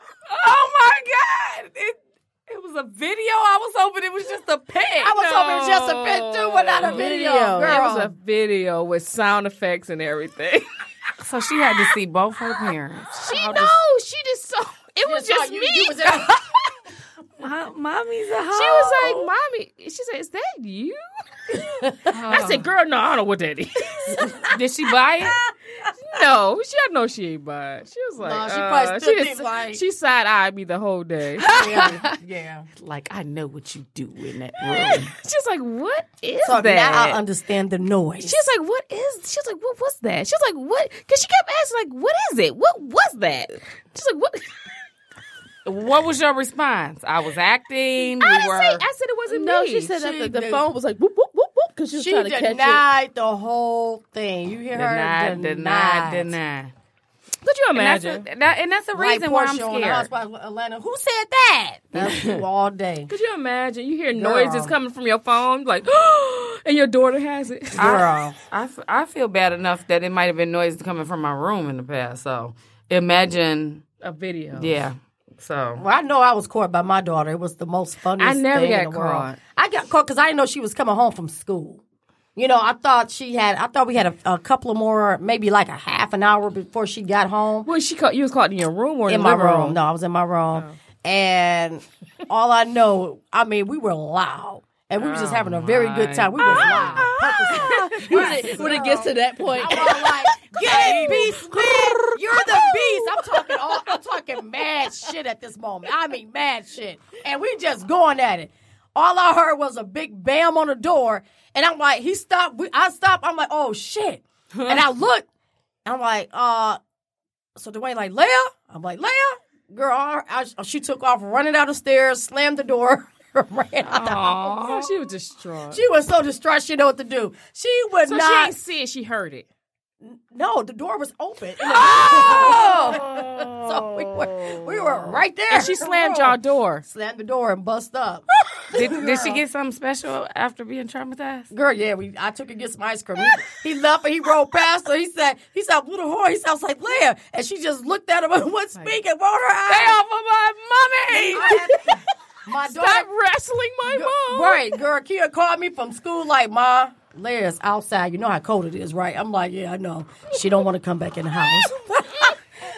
E: Oh my god! It it was a video. I was hoping it was just a pic.
F: I was hoping it was just a
C: No.
F: picture, but not a
C: Oh,
F: video.
D: Video.
F: Girl.
C: It was a video with sound effects and everything.
E: So she had to see both her parents.
C: she
E: How
C: no,
E: does-
C: she just saw. It was
F: saw
C: just
F: you-
C: me.
F: you was in-
E: My, mommy's a hoe.
C: She was like, "Mommy," she said, "Is that you?" I said, "Girl, no, I don't know what that is."
E: Did she buy it?
C: no, she I know she ain't buying. She was like,
F: No, she
C: uh,
F: probably still
C: she,
F: think like-
C: she side eyed me the whole day.
F: yeah. yeah.
E: Like I know what you do in that room.
C: She's like, "What is
F: So now I
C: that?"
F: understand the noise.
C: She's like, "What is?" She's like, "What was that?" She's like, "What?" Because she kept asking, like, "What is it? What was that?" She's like, "What?"
E: what was your response? I was acting.
C: I
E: we
C: didn't
E: were.
C: say. I said it wasn't
D: No,
C: me.
D: she said
F: she
D: that the, the
F: did-
D: phone was like whoop whoop whoop whoop because she was
F: she
D: trying to catch it.
F: denied the whole thing. You hear her
E: Deny, deny,
F: denied.
E: deny.
C: Could you
E: And that's,
C: imagine?
E: a, that, and that's the
F: Like
E: reason why I'm
F: Portia on The
E: scared.
F: Housewives of Atlanta. Who said that? That's you all day.
C: Could you imagine? You hear
F: Girl.
C: noises coming from your phone, like, and your daughter has it.
F: Girl.
E: I, f- I feel bad enough that it might have been noises coming from my room in the past. So imagine,
C: A video.
E: yeah. So
F: Well, I know I was caught by my daughter. It was the most funniest.
C: I never
F: thing
C: got
F: in the world.
C: caught.
F: I got caught because I didn't know she was coming home from school. You know, I thought she had. I thought we had a, a couple of more, maybe like a half an hour before she got home.
C: Well, she caught you was caught in your room or in,
F: in
C: the
F: my
C: living
F: room. No,
D: Oh.
F: I was in my room, and all I know. I mean, we were loud. and we were just having a very good time. We was live. purposely.
D: Oh Ah! When it, when it gets to that point,
F: I'm all like, get it, beast, man. You're the beast. I'm talking all, I'm talking mad shit at this moment. I mean mad shit. And we just going at it. All I heard was a big bam on the door. And I'm like, he stopped. We, I stopped. I'm like, oh shit. And I look, I'm like, uh, so Dwayne like, Leah? I'm like, Leah? Girl, I, I- she took off running down the stairs, slammed the door, ran out the house.
C: Oh, she was distraught.
F: She was so distraught, she didn't know what to do. She would
C: so she
F: not.
C: ain't see it. She heard it.
F: No, the door was open. Oh! so we were, we were right there.
C: And she slammed y'all door.
F: Slammed the door and bust up.
E: Did, did she get something special after being traumatized?
F: Girl, yeah, we. I took her to get some ice cream. He, he left and he rolled past her. He said, he said, little whore. He said, I was like, Leah. And she just looked at him and wouldn't speak and rolled her eyes.
E: Stay off of my mommy!
F: I had- my
C: Stop
F: daughter,
C: wrestling my mom.
F: right, girl, Kia called me from school like, Ma, Leah's outside. You know how cold it is, right? I'm like, yeah, I know. She don't want to come back in the house.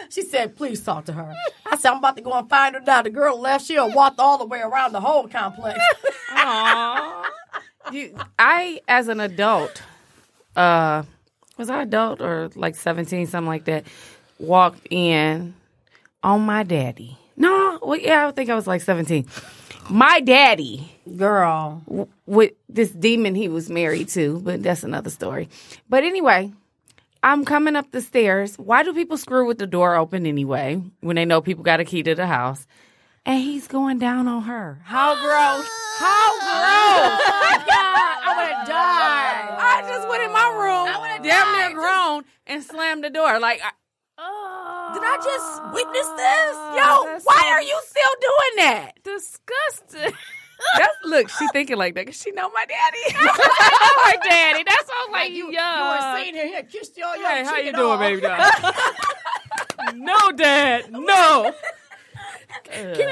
F: she said, please talk to her. I said, I'm about to go and find her now. The girl left. She done walked all the way around the whole complex.
E: You, I, as an adult, uh, was I adult or like 17, something like that, walked in on my daddy. No, well, yeah, I think I was like 17. My daddy
F: Girl.
E: with this demon he was married to, but that's another story. But anyway, I'm coming up the stairs. Why do people screw with the door open anyway when they know people got a key to the house? And he's going down on her. How gross. How Oh, gross. I would have died. I just went in my room, damn near grown, and slammed the door. Like, I, Oh.
F: Did I just witness this?
E: yo,
C: that's
E: why
C: so-
E: are you still doing that?
C: Disgusting.
E: That's, look, she thinking like that because she know my daddy.
C: Her daddy. That's what I was like,
F: You,
C: you,
F: you were
C: yeah.
F: sitting here, here, kissed y'all your
C: Hey, how
F: cheek
C: you
F: and
C: doing,
F: all.
C: baby doll? no, dad. No.
F: And he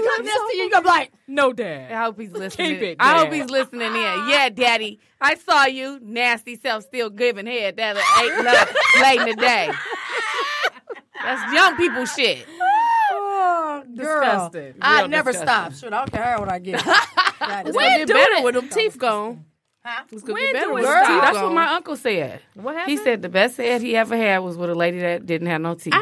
F: come next to you, you gonna be like,
C: No, dad.
E: I hope he's listening.
C: Keep it,
E: I hope
C: Dad.
E: he's listening in. Yeah, Daddy, I saw you, nasty self, still giving head that at eight love late in the day. That's young people shit.
F: oh, girl.
C: Disgusting.
F: I
C: Real
F: never
C: disgusting.
F: stop. Shoot, I don't care how old I get. God, it's
D: it's gonna get
C: do
D: better
C: it.
D: with them teeth gone.
F: Huh?
D: It's gonna
C: When
D: get better
C: do
D: with
C: it
D: them
C: stop?
D: teeth
E: That's
D: gone.
E: what my uncle said.
C: What
E: He
C: happened?
E: said the best head he ever had was with a lady that didn't have no teeth.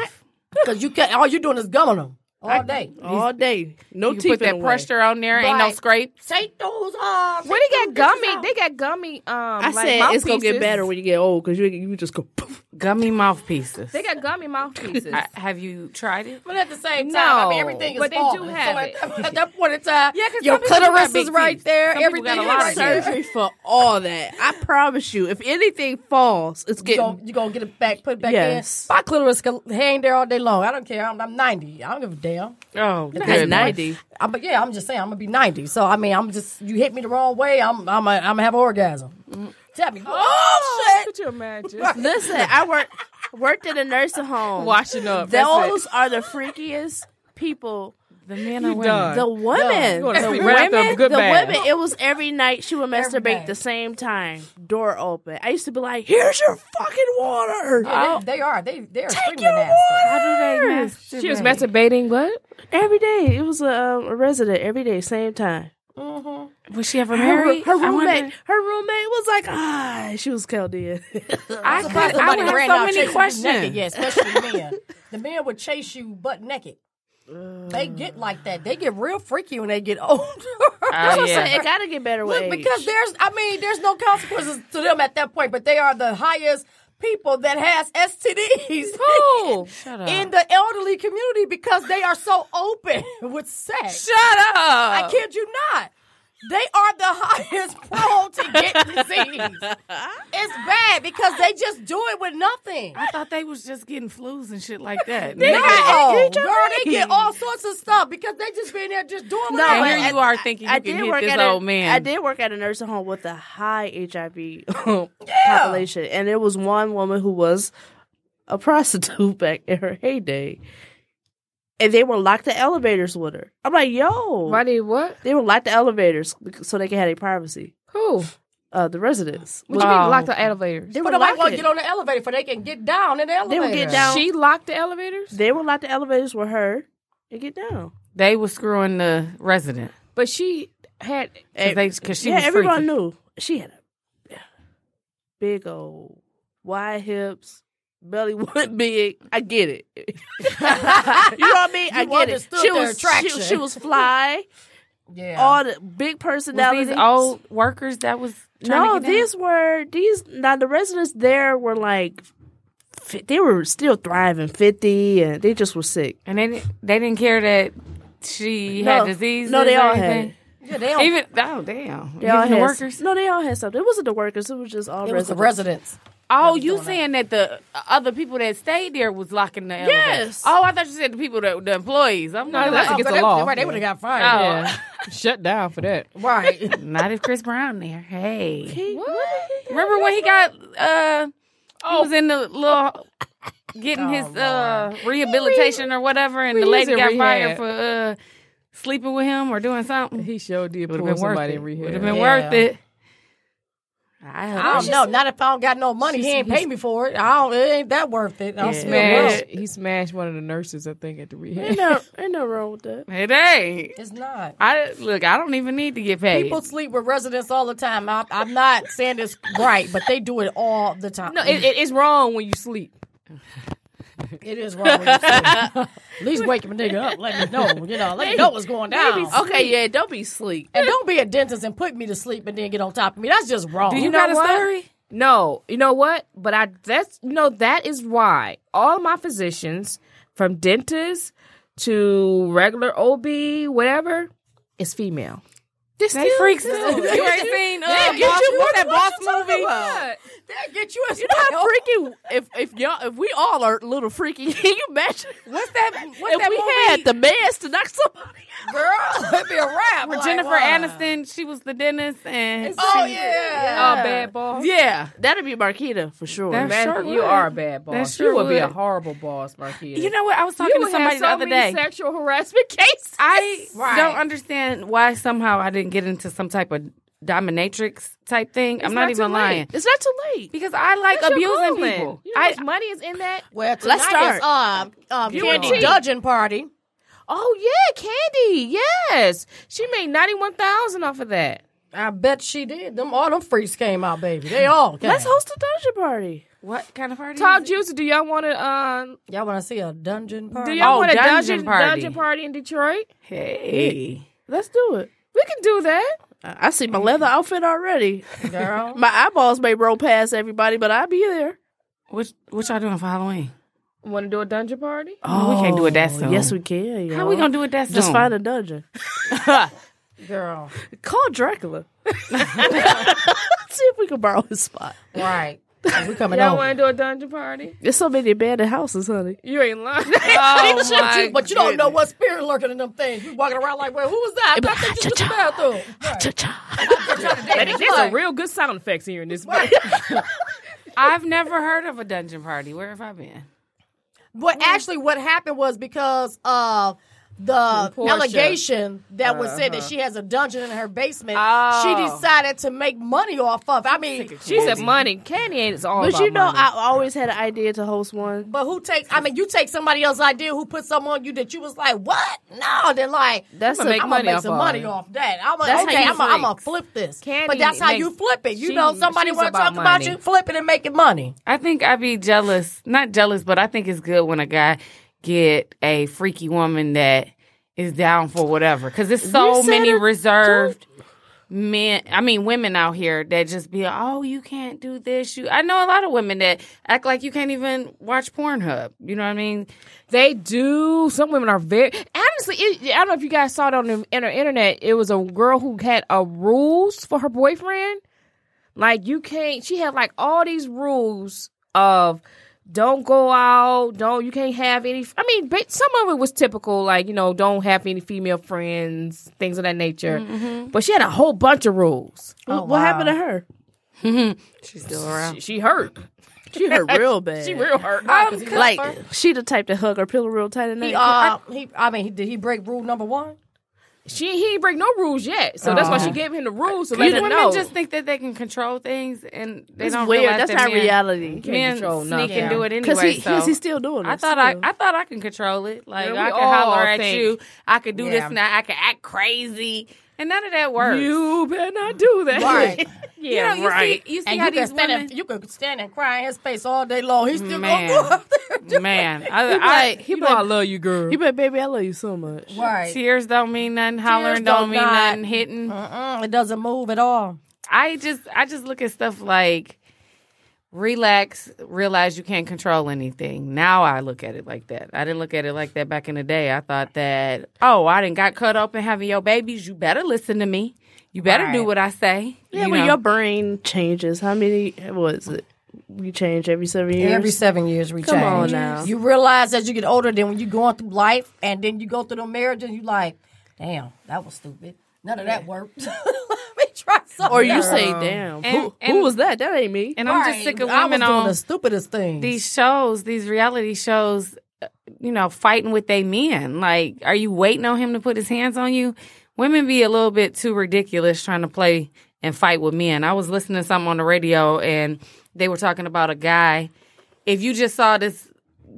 F: Because you can't. All you're doing is gumming them all day.
D: all day. No
E: you
D: teeth.
E: put
D: in
E: that
D: the
E: pressure on there, ain't no
F: Right.
E: scrape.
F: Take those uh, off.
C: Well, they got gummy. They got gummy. Um,
D: Way. I
C: like
D: said it's gonna get
C: mouthpieces.
D: better when you get old because you you just go. Poof.
E: Gummy mouthpieces.
C: They got gummy mouthpieces.
E: I- have you tried it?
F: But at the same time, I
C: No,
F: mean, everything is
C: but they do
F: falling.
C: have
F: so at,
C: it.
F: that- at that point in time,
E: Yeah, 'cause
F: your
E: some people got
F: clitoris
E: big
F: is right
E: teeth. Some
F: there.
E: people
F: everything
E: got a
F: is
E: lot of
F: right
E: teeth.
F: there.
D: Surgery for all that. I promise you. If anything falls, it's
F: You
D: getting
F: gonna, you gonna get it back, put it back
D: Yes.
F: in. My clitoris can hang there all day long. I don't care. I'm, I'm 90. I don't give a damn.
E: Oh,
D: at
E: good.
D: ninety.
F: I, but yeah, I'm just saying, I'm gonna be 90. So I mean, I'm just you hit me the wrong way, I'm I'm a, I'm gonna have an orgasm. Tell me, oh shit!
C: Could you imagine?
D: Listen, I worked worked at a nursing home.
C: Washing up. That's
D: Those are the freakiest people.
E: The men are
C: done.
E: women.
D: The women,
C: You wanna
D: the
C: sleep wrapped up
D: women,
C: good
D: the
C: bad.
D: women. It was every night she would masturbate
F: night.
D: the same time, door open. I used to be like, "Here's your fucking water."
F: Yeah, they, they are. They they are extremely
D: your
F: nasty.
E: How do they masturbate?
C: She was masturbating. What?
D: Every day, it was a, um, a resident. Every day, same time.
C: Mm-hmm.
E: Was she ever
D: Her,
E: married?
D: her
E: I wonder-
D: roommate, her roommate was like, "Ah," she was Chaldean.
E: I, could, I would have
F: ran
E: so
F: out
E: many
F: chasing you
E: questions.
F: Naked. Yeah, especially men. the men would chase you butt naked. They get like that. They get real freaky when they get older.
E: That's what I'm saying.
D: it gotta get better with
F: Look,
D: age.
F: because there's, I mean, there's no consequences to them at that point, but they are the highest people that has STDs
C: Who?
E: Shut up.
F: in the elderly community because they are so open with sex.
E: Shut up.
F: I kid you not. They are the highest prone to get disease. It's bad because they just do it with nothing.
E: I thought they was just getting flus and shit like that.
F: No,
D: got
F: girl, they
D: HIV.
F: get all sorts of stuff because they just been there just doing what
D: No,
F: they
D: but
E: and here
F: want.
E: you are thinking you can hit this
D: at a-
E: old man.
D: I did work at a nursing home with a high HIV population, and there was one woman who was a prostitute back in her heyday, and they were locked the elevators with her. I'm like, yo,
C: Why did what?
D: they were locked the elevators bec- so they could have their privacy.
C: Who?
D: Uh, the residents.
C: What you mean locked the elevators?
D: They were
F: But nobody
D: locked
F: want to
D: it.
F: get on the elevator for they can get down in the
D: They
F: elevator.
D: would get down.
C: She locked the elevators,
D: they would lock the elevators with her and get down.
E: They was screwing the resident.
C: but she had
E: Cause they- 'cause she
D: yeah,
E: was
D: everyone
E: freaky.
D: knew she had a big old wide hips, belly wasn't big. I get it. you know what I mean? I
F: You
D: get it.
F: understood
D: She
F: their
D: was she,
F: attraction.
D: she was fly.
F: Yeah.
D: All the big
E: Was
D: personality.
E: these old workers that was trying
D: No,
E: to get in?
D: these were these. Now the residents there were like, fi- they were still thriving, fifty, and they just were sick.
E: and they didn't, they didn't care that she
D: No.
E: had disease.
D: No, they
E: or
D: all had
E: anything?
D: it.
F: yeah, they don't,
E: Even oh damn,
D: They all
E: Even the
D: had,
E: workers.
D: No, they all had something. It wasn't the workers. It was just all
F: it
D: residents.
F: was the residents.
E: Oh, you saying that the other people that stayed there was locking the elevator?
D: Yes.
E: Oh, I thought you said the people that the employees. I'm not
C: that's
E: like,
C: against
F: but
C: the
F: they-
C: law.
F: Right, they would have got fired.
E: oh.
C: shut down for that.
F: Right.
D: Oh,
E: not if Chris Brown there. Hey,
D: What?
E: remember when he got uh, he was in the little getting his uh rehabilitation or whatever, and the
C: Oh, he was
E: lady
C: in
E: got
C: rehab.
E: fired for uh sleeping with him or doing something.
C: He sure did
E: Would
C: pull
E: have been worth
C: somebody
E: it.
C: in
E: Would
C: rehab.
E: have been
F: Yeah.
E: worth it. I hope
F: I don't know. Not if I don't got no money. He ain't pay me for it. I don't. It ain't that worth it. I'm still broke.
C: Smashed- he smashed one of the nurses, I think, at the
D: Ain't
C: rehab.
D: no, ain't no wrong with that.
E: it ain't.
F: It's not.
E: I look. I don't even need to get paid.
F: People sleep with residents all the time. I, I'm not saying it's right, but they do it all the time.
C: No, it, it, it's wrong when you sleep.
F: Mm, it is wrong. When you say it. At least wake your nigga up. Let me know. You know. Let me know what's going down.
D: Okay, yeah, don't be sleek.
F: And don't be a dentist and put me to sleep and then get on top of me. That's just wrong.
E: Do you,
C: know
E: got a
C: what?
E: story?
C: No, you know what? But I that's you know that is why all my physicians, from dentists to regular OB, whatever, is female.
E: They freaks too. You ain't seen uh, boss, what's that boss movie?
F: that get you as
D: You know how
F: well.
D: freaky if if y'all if we all are a little freaky, can you imagine?
E: What's that? What's
D: if
E: that
D: we
E: movie?
D: had the mass to knock somebody out.
F: girl. It'd be a wrap.
E: Where
F: Like,
E: Jennifer
F: wow.
E: Aniston, she was the dentist, and
F: Oh
E: she-
F: yeah.
C: Oh, bad boss.
E: yeah.
D: That'd be Marquita for sure.
E: That's-
C: Man,
E: sure
C: you
E: would.
C: are a bad boss.
E: That sure
C: you would, be a
E: would.
C: horrible boss, Marquita.
E: You know what? I was
C: you
E: talking
C: would
E: to somebody
C: have
E: the
C: so
E: other
C: many
E: day.
C: sexual harassment cases.
E: I
F: Right.
E: don't understand why somehow I didn't get into some type of dominatrix type thing. I'm not,
C: not too
E: even
C: late.
E: lying
D: it's not too late.
E: because I like
C: That's your
E: abusing
C: calling.
E: people.
C: You know how
E: I
C: much money is in that.
F: Well, tonight
D: Let's
F: is um, um, Candy
C: cheat.
F: Dudgeon party.
C: Oh yeah, Candy. Yes, she made ninety one thousand off of that.
F: I bet she did. Them all them freaks came out, baby. They all came.
D: Let's host a dungeon party.
E: what kind of party?
C: Talk
E: is it?
C: juicy. Do y'all want to? Uh,
F: Y'all want to see a dungeon
C: do
F: party?
C: y'all
E: Oh,
C: want a
E: dungeon
C: dungeon
E: party.
C: dungeon party in Detroit?
E: Hey,
D: Let's do it.
C: We can do that.
D: I I see my leather outfit already.
F: girl?
D: My eyeballs may roll past everybody, but I'll be there.
E: what what y'all doing for Halloween?
C: Want to do a dungeon party?
E: Oh, we can't do it that soon.
D: Yes, we can.
E: How we gonna do it that soon?
D: Just find a dungeon.
F: Girl.
D: Call Dracula. See if we can borrow his spot.
F: Right. We coming
C: Y'all
F: over.
C: want to do a dungeon party?
D: There's so many abandoned houses, honey.
C: You ain't lying.
E: Oh
F: But
E: my
F: you, but you don't know what spirit lurking in them things. You walking around like, well, who was that? I thought they just went to the bathroom. Right.
C: Lady, There's a real good sound effects here in this.
E: I've never heard of a dungeon party. Where have I been?
F: But
C: Mm-hmm.
F: actually, what happened was because of the
C: Portia. Uh-huh.
F: allegation that was said that she has a dungeon in her basement.
E: Oh.
F: She decided to make money off of. I mean,
C: She said money. Candy ain't it's all
D: But
C: about
D: you know,
C: money.
D: I always had an idea to host one.
F: But who takes? I mean, you take somebody else's idea who put something on you that you was like, what? No, then like
D: That's
F: I'm
D: a-
F: gonna make,
D: I'ma
C: make
F: some
C: off of
F: money
C: it.
F: off that. I'm
D: That's
F: gonna
D: how
F: okay,
D: you
F: I'm gonna I'm gonna
D: freaks.
F: flip this.
C: Candy
F: but that's how
C: makes-
F: you flip it. You
C: she-
F: know, somebody
C: she's
F: want to
C: about
F: talk about
C: money.
F: you flipping and making money.
E: I think I'd be jealous. Not jealous, but I think it's good when a guy get a freaky woman that is down for whatever. Because there's so
D: You said
E: many
D: it,
E: reserved men. I mean, women out here that just be, oh, you can't do this. You. I know a lot of women that act like you can't even watch Pornhub. You know what I mean?
C: They do. Some women are very honestly. It, I don't know if you guys saw it on the inter- internet. It was a girl who had a rules for her boyfriend. Like you can't. She had like all these rules of don't go out. Don't you can't have any. I mean, ba- some of it was typical. Like you know, don't have any female friends, things of that nature. But she had a whole bunch of rules.
D: what happened to her?
E: She's still around.
C: She, she hurt.
D: She hurt real bad.
C: She real hurt.
D: like she the type to hug her pillow real tight and
F: He,
D: neck.
F: uh, he, I mean, he, did he break rule number one?
C: she he ain't break no rules yet. So that's why she gave him Oh. the rules to let
E: But
C: him
E: women
C: know.
E: just think that they can control things and they
D: It's
E: don't
D: weird.
E: realize
D: That's
E: that
D: not
E: men-
D: reality.
C: Can't
E: Men
C: control
E: sneak
C: nothing.
E: and do it
D: Because
E: anyway.
D: he,
E: so.
D: 'cause he's still doing it.
E: I thought I, I thought I can control it. Like
C: Yeah, we
E: I can
C: all
E: holler at
C: think-
E: you. I could do this
F: Yeah.
E: now. I can act crazy. And none of that works.
C: You better not do that.
F: Right.
E: you know,
C: yeah,
E: you
C: right.
E: see, you see
F: And
E: how
F: you can,
E: these
F: stand
E: women,
F: and, you can stand and cry in his face all day long. He's still going
E: Man.
F: to go up there. and do
E: man, I,
D: He be
E: I,
D: like,
C: you
D: he be
C: know I
D: like,
C: love you, girl.
D: he be like, baby, I love you so much.
F: it. Right.
E: tears don't mean nothing, hollering
F: don't
E: don't, mean
F: not.
E: nothing, hitting.
F: Mm, it doesn't move at all.
E: I just, I just look at stuff like relax, realize you can't control anything. Now I look at it like that. I didn't look at it like that back in the day. I thought that, oh, I didn't got cut open having your babies. You better listen to me. You better do
F: Right.
E: what I say.
D: Yeah,
E: you
D: when
E: know?
D: your brain changes, how many what is it? You change every seven years.
F: Every seven years we
D: Come
F: change.
D: on now.
F: You realize as you get older, then when you going through life, and then you go through the marriage, and you like, damn, that was stupid. None of that worked. Let me try something.
D: or you
F: else.
D: say, "Damn,
E: And-
D: who, who
E: and-
D: was that? That ain't me."
E: and I'm just
F: Right.
E: sick of
F: I was
E: women
F: doing
E: on
F: the stupidest things.
E: these shows, these reality shows, uh, you know, fighting with they men. Like, are you waiting on him to put his hands on you? Women be a little bit too ridiculous trying to play and fight with men. I was listening to something on the radio and they were talking about a guy. If you just saw this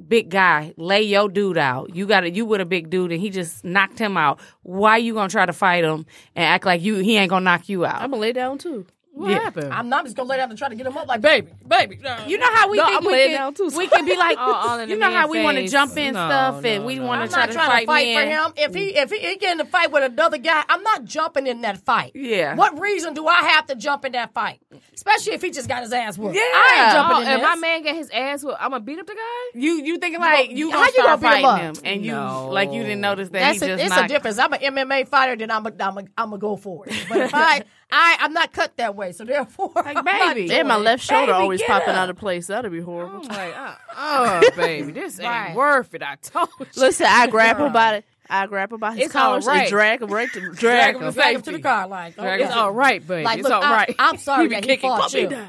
E: big guy lay your dude out, you got you with a big dude and he just knocked him out. Why you gonna try to fight him and act like you he ain't gonna knock you out?
D: I'm gonna lay down too.
C: what happened?
F: I'm not just gonna lay down and try to get him up like, baby, baby.
E: You know how we
D: No,
E: think
D: I'm
E: we
D: laying
E: can,
D: down too.
E: we can be like,
C: All- all in
E: you
C: the
E: know how
C: man's
E: we want to
C: face.
E: jump in
C: No,
E: stuff
C: no,
E: and we
C: no.
E: want
F: I'm
E: to try
F: not
E: to
F: trying
E: fight,
F: to fight for
E: men.
F: him. If he if he, he get in a fight with another guy, I'm not jumping in that fight.
E: Yeah.
F: What reason do I have to jump in that fight? Especially if he just got his ass whooped.
E: Yeah.
F: I ain't jumping
C: Oh,
F: in
C: and
F: this.
C: my man got his ass. Well, I'm gonna beat up the guy.
E: You you thinking like you
F: how
E: gonna
F: you
E: start
F: gonna beat him
E: fighting him,
F: up?
E: and you
C: No.
E: like you didn't notice that
F: That's
E: he just
F: a, it's
E: knocked.
F: a difference. I'm an MMA fighter, then I'm a, I'm a, I'm a go for it. But if I, I I'm not cut that way, so therefore,
E: Like,
F: I'm not
E: baby.
F: doing
D: And my
F: it.
D: left shoulder
E: Baby,
D: always
E: get
D: popping
E: up. Oh,
D: out of place. That'd be horrible.
C: I'm like, uh, uh baby, this ain't
F: Right.
C: worth it. I told you.
D: Listen, I grab him by the, I grab him by his
C: It's
D: collar
C: all right.
D: and drag him right to drag,
C: Drag
D: him.
C: him.
F: Drag him to the
C: safety.
F: car, like okay.
C: It's all right, baby.
F: Like,
C: it's
F: look,
C: all
F: I-
C: right.
F: I'm sorry
C: You be
F: that he
C: kicking.
F: fought
C: Put me
F: you.
C: down.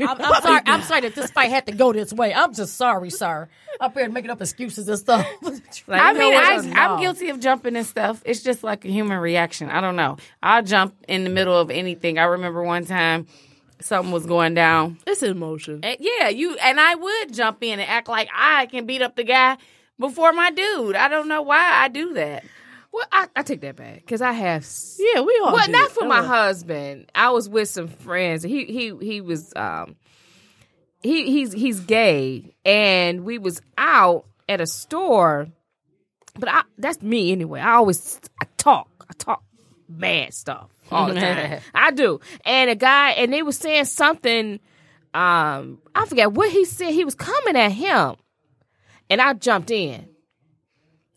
F: I'm, I'm sorry. I'm sorry that this fight had to go this way. I'm just sorry, sir. Up here making up excuses and stuff.
E: I mean,
F: know
E: I,
F: what?
E: I'm guilty of jumping and stuff. It's just like a human reaction. I don't know. I'll jump in the middle of anything. I remember one time something was going down.
D: It's in motion.
C: Eh,
E: And- yeah, you and I would jump in and act like I can beat up the guy before my dude. I don't know why I do that.
C: Well, I, I take that back because I have. s-
D: Yeah, we all.
C: Well,
D: do
C: not
D: it.
C: for
D: Don't
C: my
D: worry.
C: husband. I was with some friends. He he he was um he he's he's gay, and we was out at a store. But I that's me anyway. I always I talk. I talk mad stuff all the time. I do. And a guy and they was saying something. Um, I forget what he said. He was coming at him, and I jumped in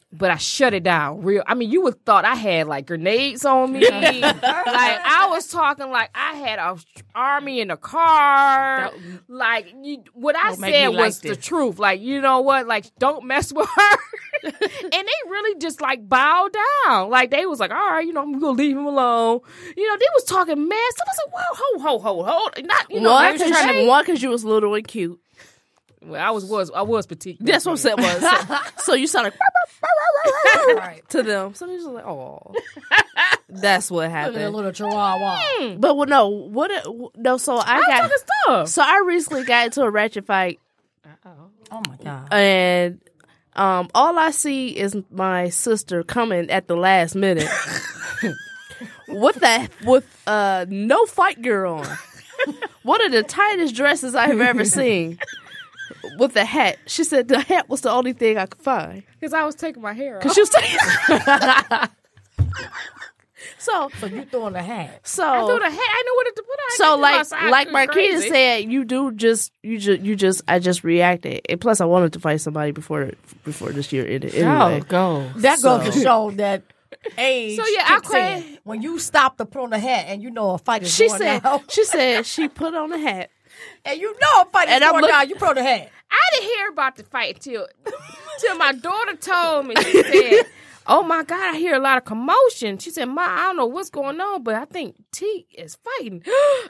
C: but I shut it down real. I mean, you would thought I had like grenades on me. like I was talking like I had a army in the car. like you, what I
E: make
C: said
E: me like
C: was the
E: this.
C: truth. Like you know what? Like don't mess with her. and they really just like bowed down. Like they was like, all right, you know, I'm gonna leave him alone. You know, they was talking mad. So I was like, whoa, ho, ho, ho, hold. Not you know,
D: One,
C: not
D: 'cause
C: today.
D: you- one, because you was little and cute.
C: Well, I was was I was petite.
D: That's what I'm saying. Was. so you sounded
F: Right.
D: to them. So they just like, oh, that's what
F: Look at that
D: happened.
F: little chihuahw.
D: But well, no, what? it- No, so I
C: I'm
D: got.
C: talking stuff.
D: So I recently got into a ratchet fight,
F: Oh my god.
D: and um, all I see is my sister coming at the last minute with that with uh no fight gear on, one of the tightest dresses I have ever seen, with a hat. She said the hat was the only thing I could find.
C: Because I was taking my hair off.
D: She was saying. so
F: So you throwing the hat?
D: so
C: I threw the hat. I knew what to put on.
D: so like like Marquita said, you do just you just you just I just reacted, and plus I wanted to fight somebody before before this year ended.
C: Oh,
D: Anyway,
E: go.
F: That goes to show that age.
C: So, yeah, I
F: kicks
C: cra-
F: in. when you stop to put on the hat and you know a fight is
D: she
F: going
D: said
F: down,
D: she said she put on a hat.
F: and you know a fight is
D: And I'm
F: going
D: look-
F: down, you put on the hat.
C: I didn't hear about the fight till till my daughter told me. She said, "Oh my God, I hear a lot of commotion." She said, "Ma, I don't know what's going on, but I think T is fighting."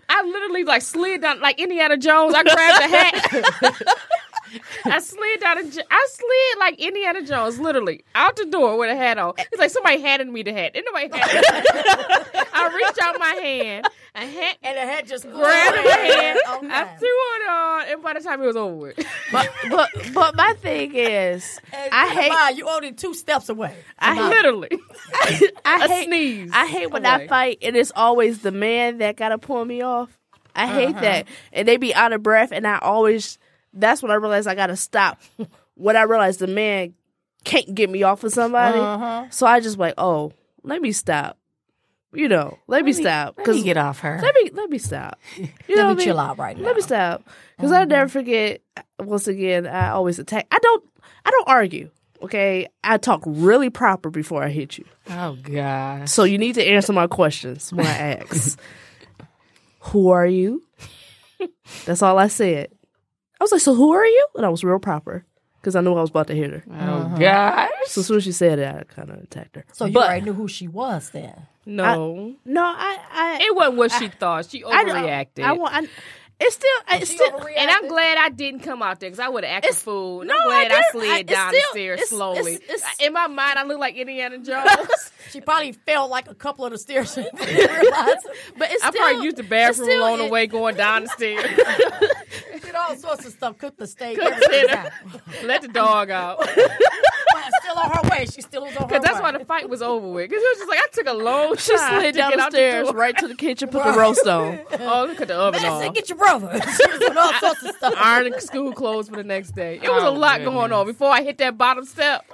C: I literally like slid down like Indiana Jones. I grabbed the hat. I slid down. A, j- I slid like Indiana Jones, literally out the door with a hat on. It's like somebody handed me the hat. Ain't nobody had it. I reached out my hand. A hat.
F: And the head just
C: Grabbed my hand.
F: Okay.
C: I threw it on, and by the time it was over, with,
D: but, but but my thing is,
F: And
D: I hate
F: Kamai, you only two steps away.
D: I hate
C: literally,
D: I
C: a
D: hate
C: sneeze.
D: I hate when
C: away.
D: I fight and it's always the man that gotta pull me off. I hate
C: Uh-huh.
D: that, and they be out of breath, and I always. That's when I realize I gotta stop. when I realize the man can't get me off of somebody, so I just like, oh, let me stop. You know, let, me stop
E: Let me get off her.
D: let me let me stop. You know
F: me
D: what I
F: chill
D: mean?
F: out right now.
D: Let me stop because I never forget. Once again, I always attack. I don't. I don't argue. Okay, I talk really proper before I hit you.
E: Oh gosh.
D: So you need to answer my questions when I ask. who are you? That's all I said. I was like, so who are you? And I was real proper because I knew I was about to hit her.
E: Oh gosh.
D: So as soon as she said it, I kind of attacked her.
F: So you
D: But-
F: already knew who she was then.
C: no,
D: No, I. I
C: it wasn't what she thought. She
D: I,
C: overreacted.
D: I, want. I, it's still. It's still.
C: and I'm glad I didn't come out there because I would have acted a fool. And
D: no,
C: I'm glad I,
D: I didn't.
C: slid
D: I- it's
C: down
D: still-
C: the stairs
D: it's-
C: slowly.
D: it's- it's-
C: In my mind, I look like Indiana Jones.
F: She probably fell like a couple of the stairs. and didn't realize it.
D: But it's
C: I
D: still,
C: probably used the bathroom
D: still-
C: along the
D: it-
C: way going down the stairs.
F: Did all sorts of stuff. Cooked the steak. everything.
C: Dinner. Let the dog out.
F: But still on her way. She still was on her
C: Because that's
F: way.
C: why the fight was over with. Because it was just like, I took a long time.
D: She slid
C: to
D: down
C: get
D: the
C: out
D: stairs
C: door.
D: right to the kitchen, put the roast on.
C: Oh, look at the oven
F: I said,
C: on.
F: get your brother. She was doing all sorts of stuff.
C: Ironing school clothes for the next day. It was
E: Oh,
C: a lot going
E: goodness.
C: on before I hit that bottom step.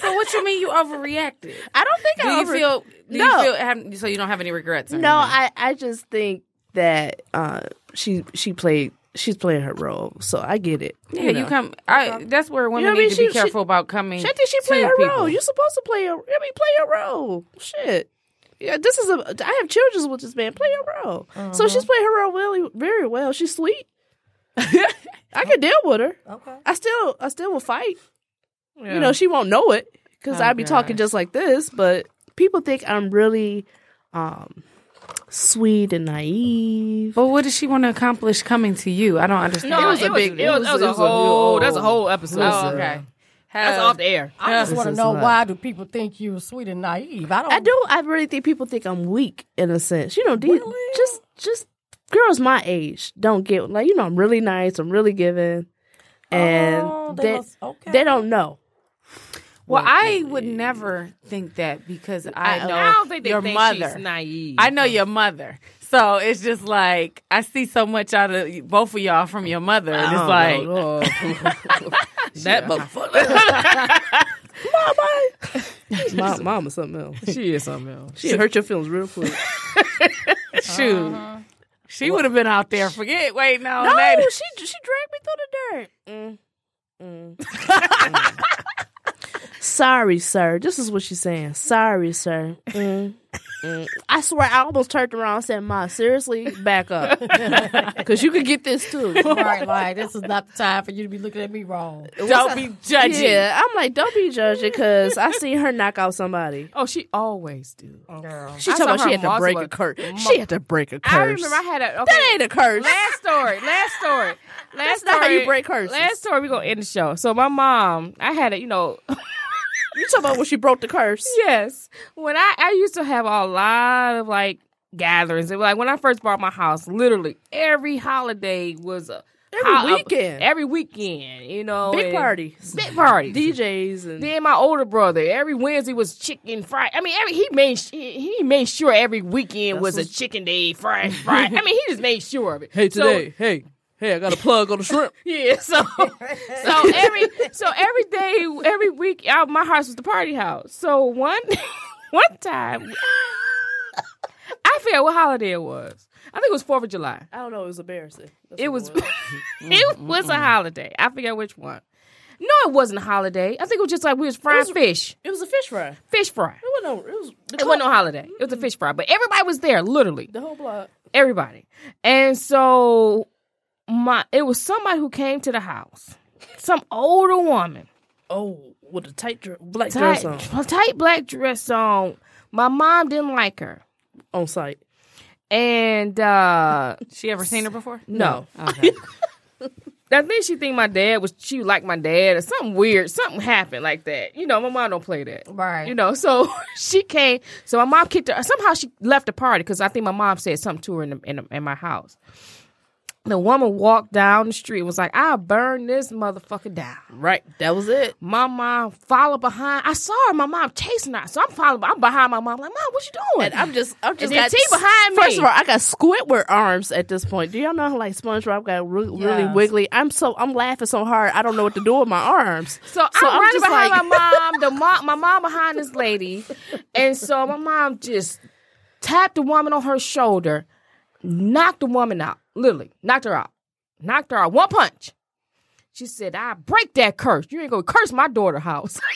E: So what you mean you overreacted?
D: I don't think
E: Do
D: I
E: you
D: over-
E: feel? Do
D: No.
E: You feel have, so you don't have any regrets? Or
D: No,
E: anything?
D: I, I just think that uh, she she played she's playing her role, so I get it.
E: Yeah, you,
D: know.
E: come. I, that's where women
D: know what I
E: need
D: mean?
E: to be
D: She- she-
E: careful about coming.
D: She I think she
E: to
D: played her
E: people.
D: role. You're supposed to play your I mean play your role. Shit. Yeah, this is a. I have children with this man. Play your role. So
C: Uh-huh.
D: she's playing her role really, very well. She's sweet. I can deal with her.
F: Okay.
D: I still, I still will fight. You know, she won't know it because I'd be talking just like this. But people think I'm really um, sweet and naive.
E: But what does she want to accomplish coming to you? I don't understand.
C: No, it was a big. It was, it was a whole. That's a whole episode.
E: Oh, okay.
C: That's off the air.
F: I just want to
D: is
F: know
D: love.
F: why do people think you were sweet and naive? I don't.
D: I do. I really think people think I'm weak in a sense. You know, these, just just girls my age don't get like you know I'm really nice. I'm really giving, and
F: Oh, they
D: they they,
F: must- okay.
D: don't know.
E: Well, I would never think that because I know
C: I don't think they
E: your
C: think
E: mother.
C: she's naive.
E: I know your mother. So it's just like I see so much out of you- both of y'all from your mother. And it's like
C: that motherfucker.
D: My mom is something else.
C: She is something else.
D: She hurt your feelings real quick.
E: shoot. She would have been out there. Forget. Wait, no.
D: Uh-huh. no,
E: lady.
D: she she dragged me through the dirt. Mm. Mm. Sorry, sir. This is what she's saying. Sorry, sir. Mm. Mm. I swear, I almost turned around and said, "Ma, seriously, back up, because you could get this too."
F: Right, like this is not the time for you to be looking at me wrong. Oh,
E: Don't be judging.
D: Yeah, I'm like, don't be judging because I seen her knock out somebody.
C: Oh, she always do.
D: She
C: I
D: talking
C: saw
D: about she
C: her
D: had to break a
C: muzzle-
D: curse. She had to break a curse.
C: I remember I had a. Okay,
D: that ain't a curse.
C: Last story. Last story. Last
D: That's not how
C: story-
D: you break curses.
C: Last story. We gonna end the show. So my mom, I had a, you know,
D: You talking about when she broke the curse?
C: yes. When I I used to have a lot of like gatherings. It was like when I first bought my house, literally every holiday was a
D: Every
C: ho- a-
D: weekend.
C: every weekend, you know,
D: Big
C: and-
D: parties,
C: big party.
D: DJs, and
C: Then my older brother, every Wednesday was chicken fried. I mean, every he made sh- he he made sure every weekend was a chicken day, fried fried. I mean, he just made sure of it. So-
D: hey, hey, I got a plug on the shrimp.
C: yeah. So so every so every day, every week, out my house was the party house. So one one time, I forget what holiday it was. I think it was Fourth of July.
D: I don't know. It was embarrassing. That's
C: It
D: what
C: was it was a holiday. I forget which one. No, it wasn't a holiday. I think it was just like we was frying fish,
D: It was a fish fry. It
C: fish fry.
D: wasn't. No, it was. The
C: It wasn't no holiday. It was a fish fry, but everybody was there, literally
D: the whole block.
C: everybody. And so my it was somebody who came to the house, some older woman,
D: Oh, with a tight dr- black
C: tight,
D: dress on
C: tight black dress on. My mom didn't like her,
D: on site.
C: and uh
E: She ever seen her before?
C: no,
E: Okay.
C: I think she think my dad was she like my dad or something weird. Something happened like that. You know, my mom don't play that.
F: Right.
C: You know, so she came. So my mom kicked her. Somehow she left the party because I think my mom said something to her in the, in, the, in my house. The woman walked down the street and was like, "I'll burn this motherfucker down."
E: Right. That was it.
C: my mom followed behind. I saw her, my mom chasing her. So I'm following, I'm behind my mom, like, Mom, what you doing?
E: And I'm just, I'm just
C: And then
E: got
C: T behind me.
D: First of all, I got Squidward arms at this point. Do y'all know how like SpongeBob got re- really
F: Yes.
D: wiggly? I'm so I'm laughing so hard I don't know what to do with my arms.
C: So, I'm, running behind my mom, the mom, my mom behind this lady, and so my mom just tapped the woman on her shoulder, knocked the woman out, literally knocked her out, knocked her out, one punch. She said, "I break that curse. You ain't gonna curse my daughter house."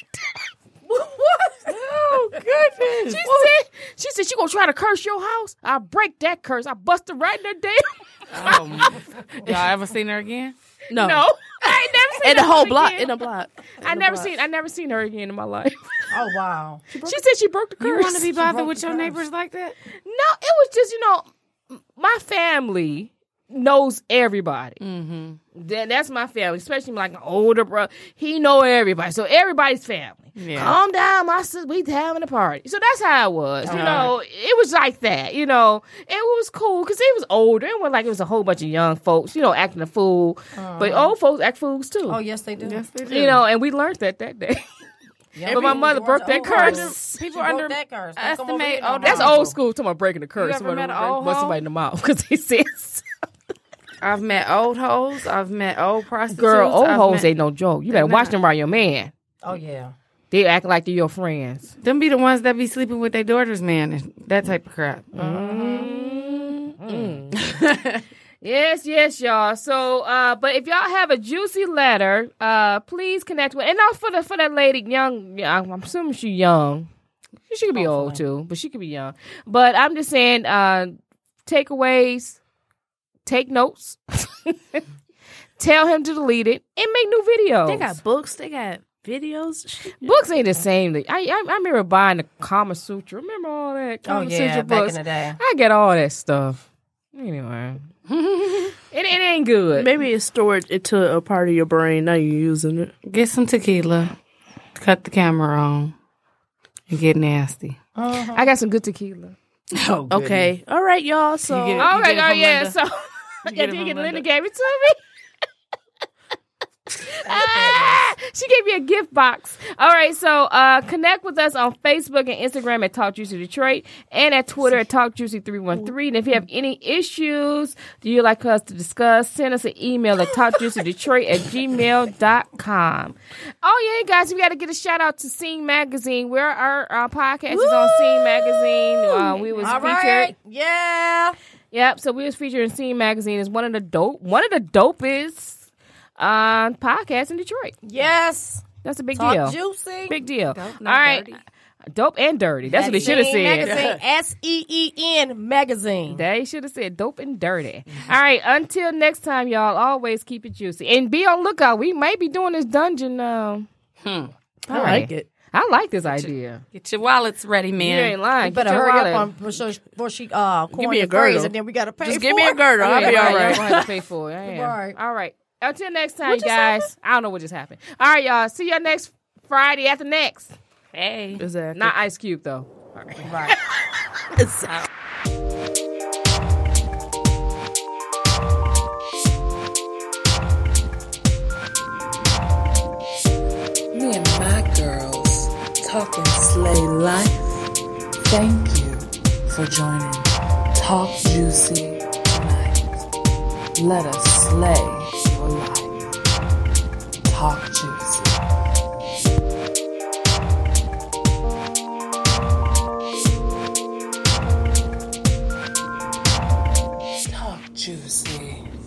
C: Like that. Oh goodness! She said, "She said she gonna try to curse your house. I break that curse. I bust her right in her damn."
E: Oh, my- y'all ever seen her again?
D: No,
C: No, I ain't never seen
D: in the
C: her
D: whole
C: again.
D: block, in a block. In
C: I
D: the
C: never
D: block.
C: seen. I never seen her again in my life.
F: Oh wow.
C: She said she broke the curse.
E: You want to be bothered with your neighbors like that?
C: No, it was just you know, m- my family knows everybody. Mm-hmm. that's my family, especially like an older brother. He know everybody, so everybody's family. Calm down, my sister. We having a party, so that's how it was. You know, it was like that. You know, and it was cool because he was older. It was like it was a whole bunch of young folks. You know, acting a fool, but
E: Uh-huh.
C: old folks act fools too.
F: Oh yes, they do. Yes, they
C: You know, and we learned that that day. but my mother broke that curse.
E: People
F: broke
E: under
F: that curse. Don't come over
E: estimate
F: here
E: older.
F: no more.
C: Oh, That's old school. Talking about breaking the curse.
E: ever
C: Somebody
E: met an
C: bust-
E: old
C: bust
E: hoe?
C: somebody in the mouth because he says.
E: I've met old hoes. I've met old prostitutes.
C: Girl, old
E: I've
C: hoes
E: met-
C: ain't no joke. You better watch them around your man.
F: Oh yeah.
C: They acting like they're your friends.
E: Them be the ones that be sleeping with their daughters, man, and that type of crap.
C: Mm-hmm. Yes, yes, y'all. So, uh, but if y'all have a juicy letter, uh, please connect with. And now for the for that lady, young, yeah, I'm I'm assuming she young. She could be old too, but she could be young. But I'm just saying, uh, takeaways, take notes, tell him to delete it, and make new videos.
D: They got books. They got videos. Shit.
C: Books ain't the same. I, I I remember buying the Kama Sutra. Remember all that Kama
F: Oh
C: Sutra
F: yeah.
C: books?
F: Back in the day.
C: I get all that stuff. Anyway, it, it ain't good.
D: Maybe it's stored into a part of your brain. Now you're using it.
E: Get some tequila, cut the camera on, and get nasty.
C: I got some good tequila.
F: Oh,
D: Okay. All right, y'all. So
E: get it.
C: All
E: You
C: right,
E: get it
C: oh yeah.
E: from Linda?
C: So yeah,
E: it
C: did
E: from
C: get Linda
E: Linda?
C: gave it to me. Ah, she gave me a gift box. All right, so uh, connect with us on Facebook and Instagram at Talk Juicy Detroit and at Twitter at Talk Juicy three one three. And if you have any issues do you like us to discuss, send us an email at talkjuicydetroit at gmail.com. Oh yeah, guys, we got to get a shout out to Scene Magazine. Where our, our podcast is on Scene Magazine. Uh, we was
F: All
C: featured.
F: right. Yeah.
C: Yep. So we was featured in Scene Magazine as one of the dope, one of the dopest uh, podcasts in Detroit.
F: Yes.
C: That's a big deal.
F: Talk juicy.
C: Big deal. All right.
E: dirty.
C: Dope and dirty. That's what they should have said.
F: S E E N magazine.
C: They should have said dope and dirty. All right. Until next time, y'all. Always keep it juicy and be on lookout. We might be doing this dungeon. Um,
D: I like it.
C: I like this idea.
E: Get your wallets ready,
C: You
E: man.
C: ain't lying.
F: Better
C: Get your
F: hurry
C: wallet.
F: up on before she, before she uh give
D: me a girdle.
F: and then we gotta pay.
D: Just
F: for
D: give me a
F: it.
D: girdle. I'll be
C: Yeah, right,
D: all right.
C: Y'all gonna have to pay for it. I am.
F: right.
C: All right. Until next time, guys. I don't know what just happened. All right, y'all. See y'all next Friday after next.
E: Hey.
D: Exactly.
C: Not Ice Cube though.
B: Me and my girls talking slay life. Thank you for joining Talk Juicy tonight. Let us slay your life. Talk Juicy. Talk Juicy.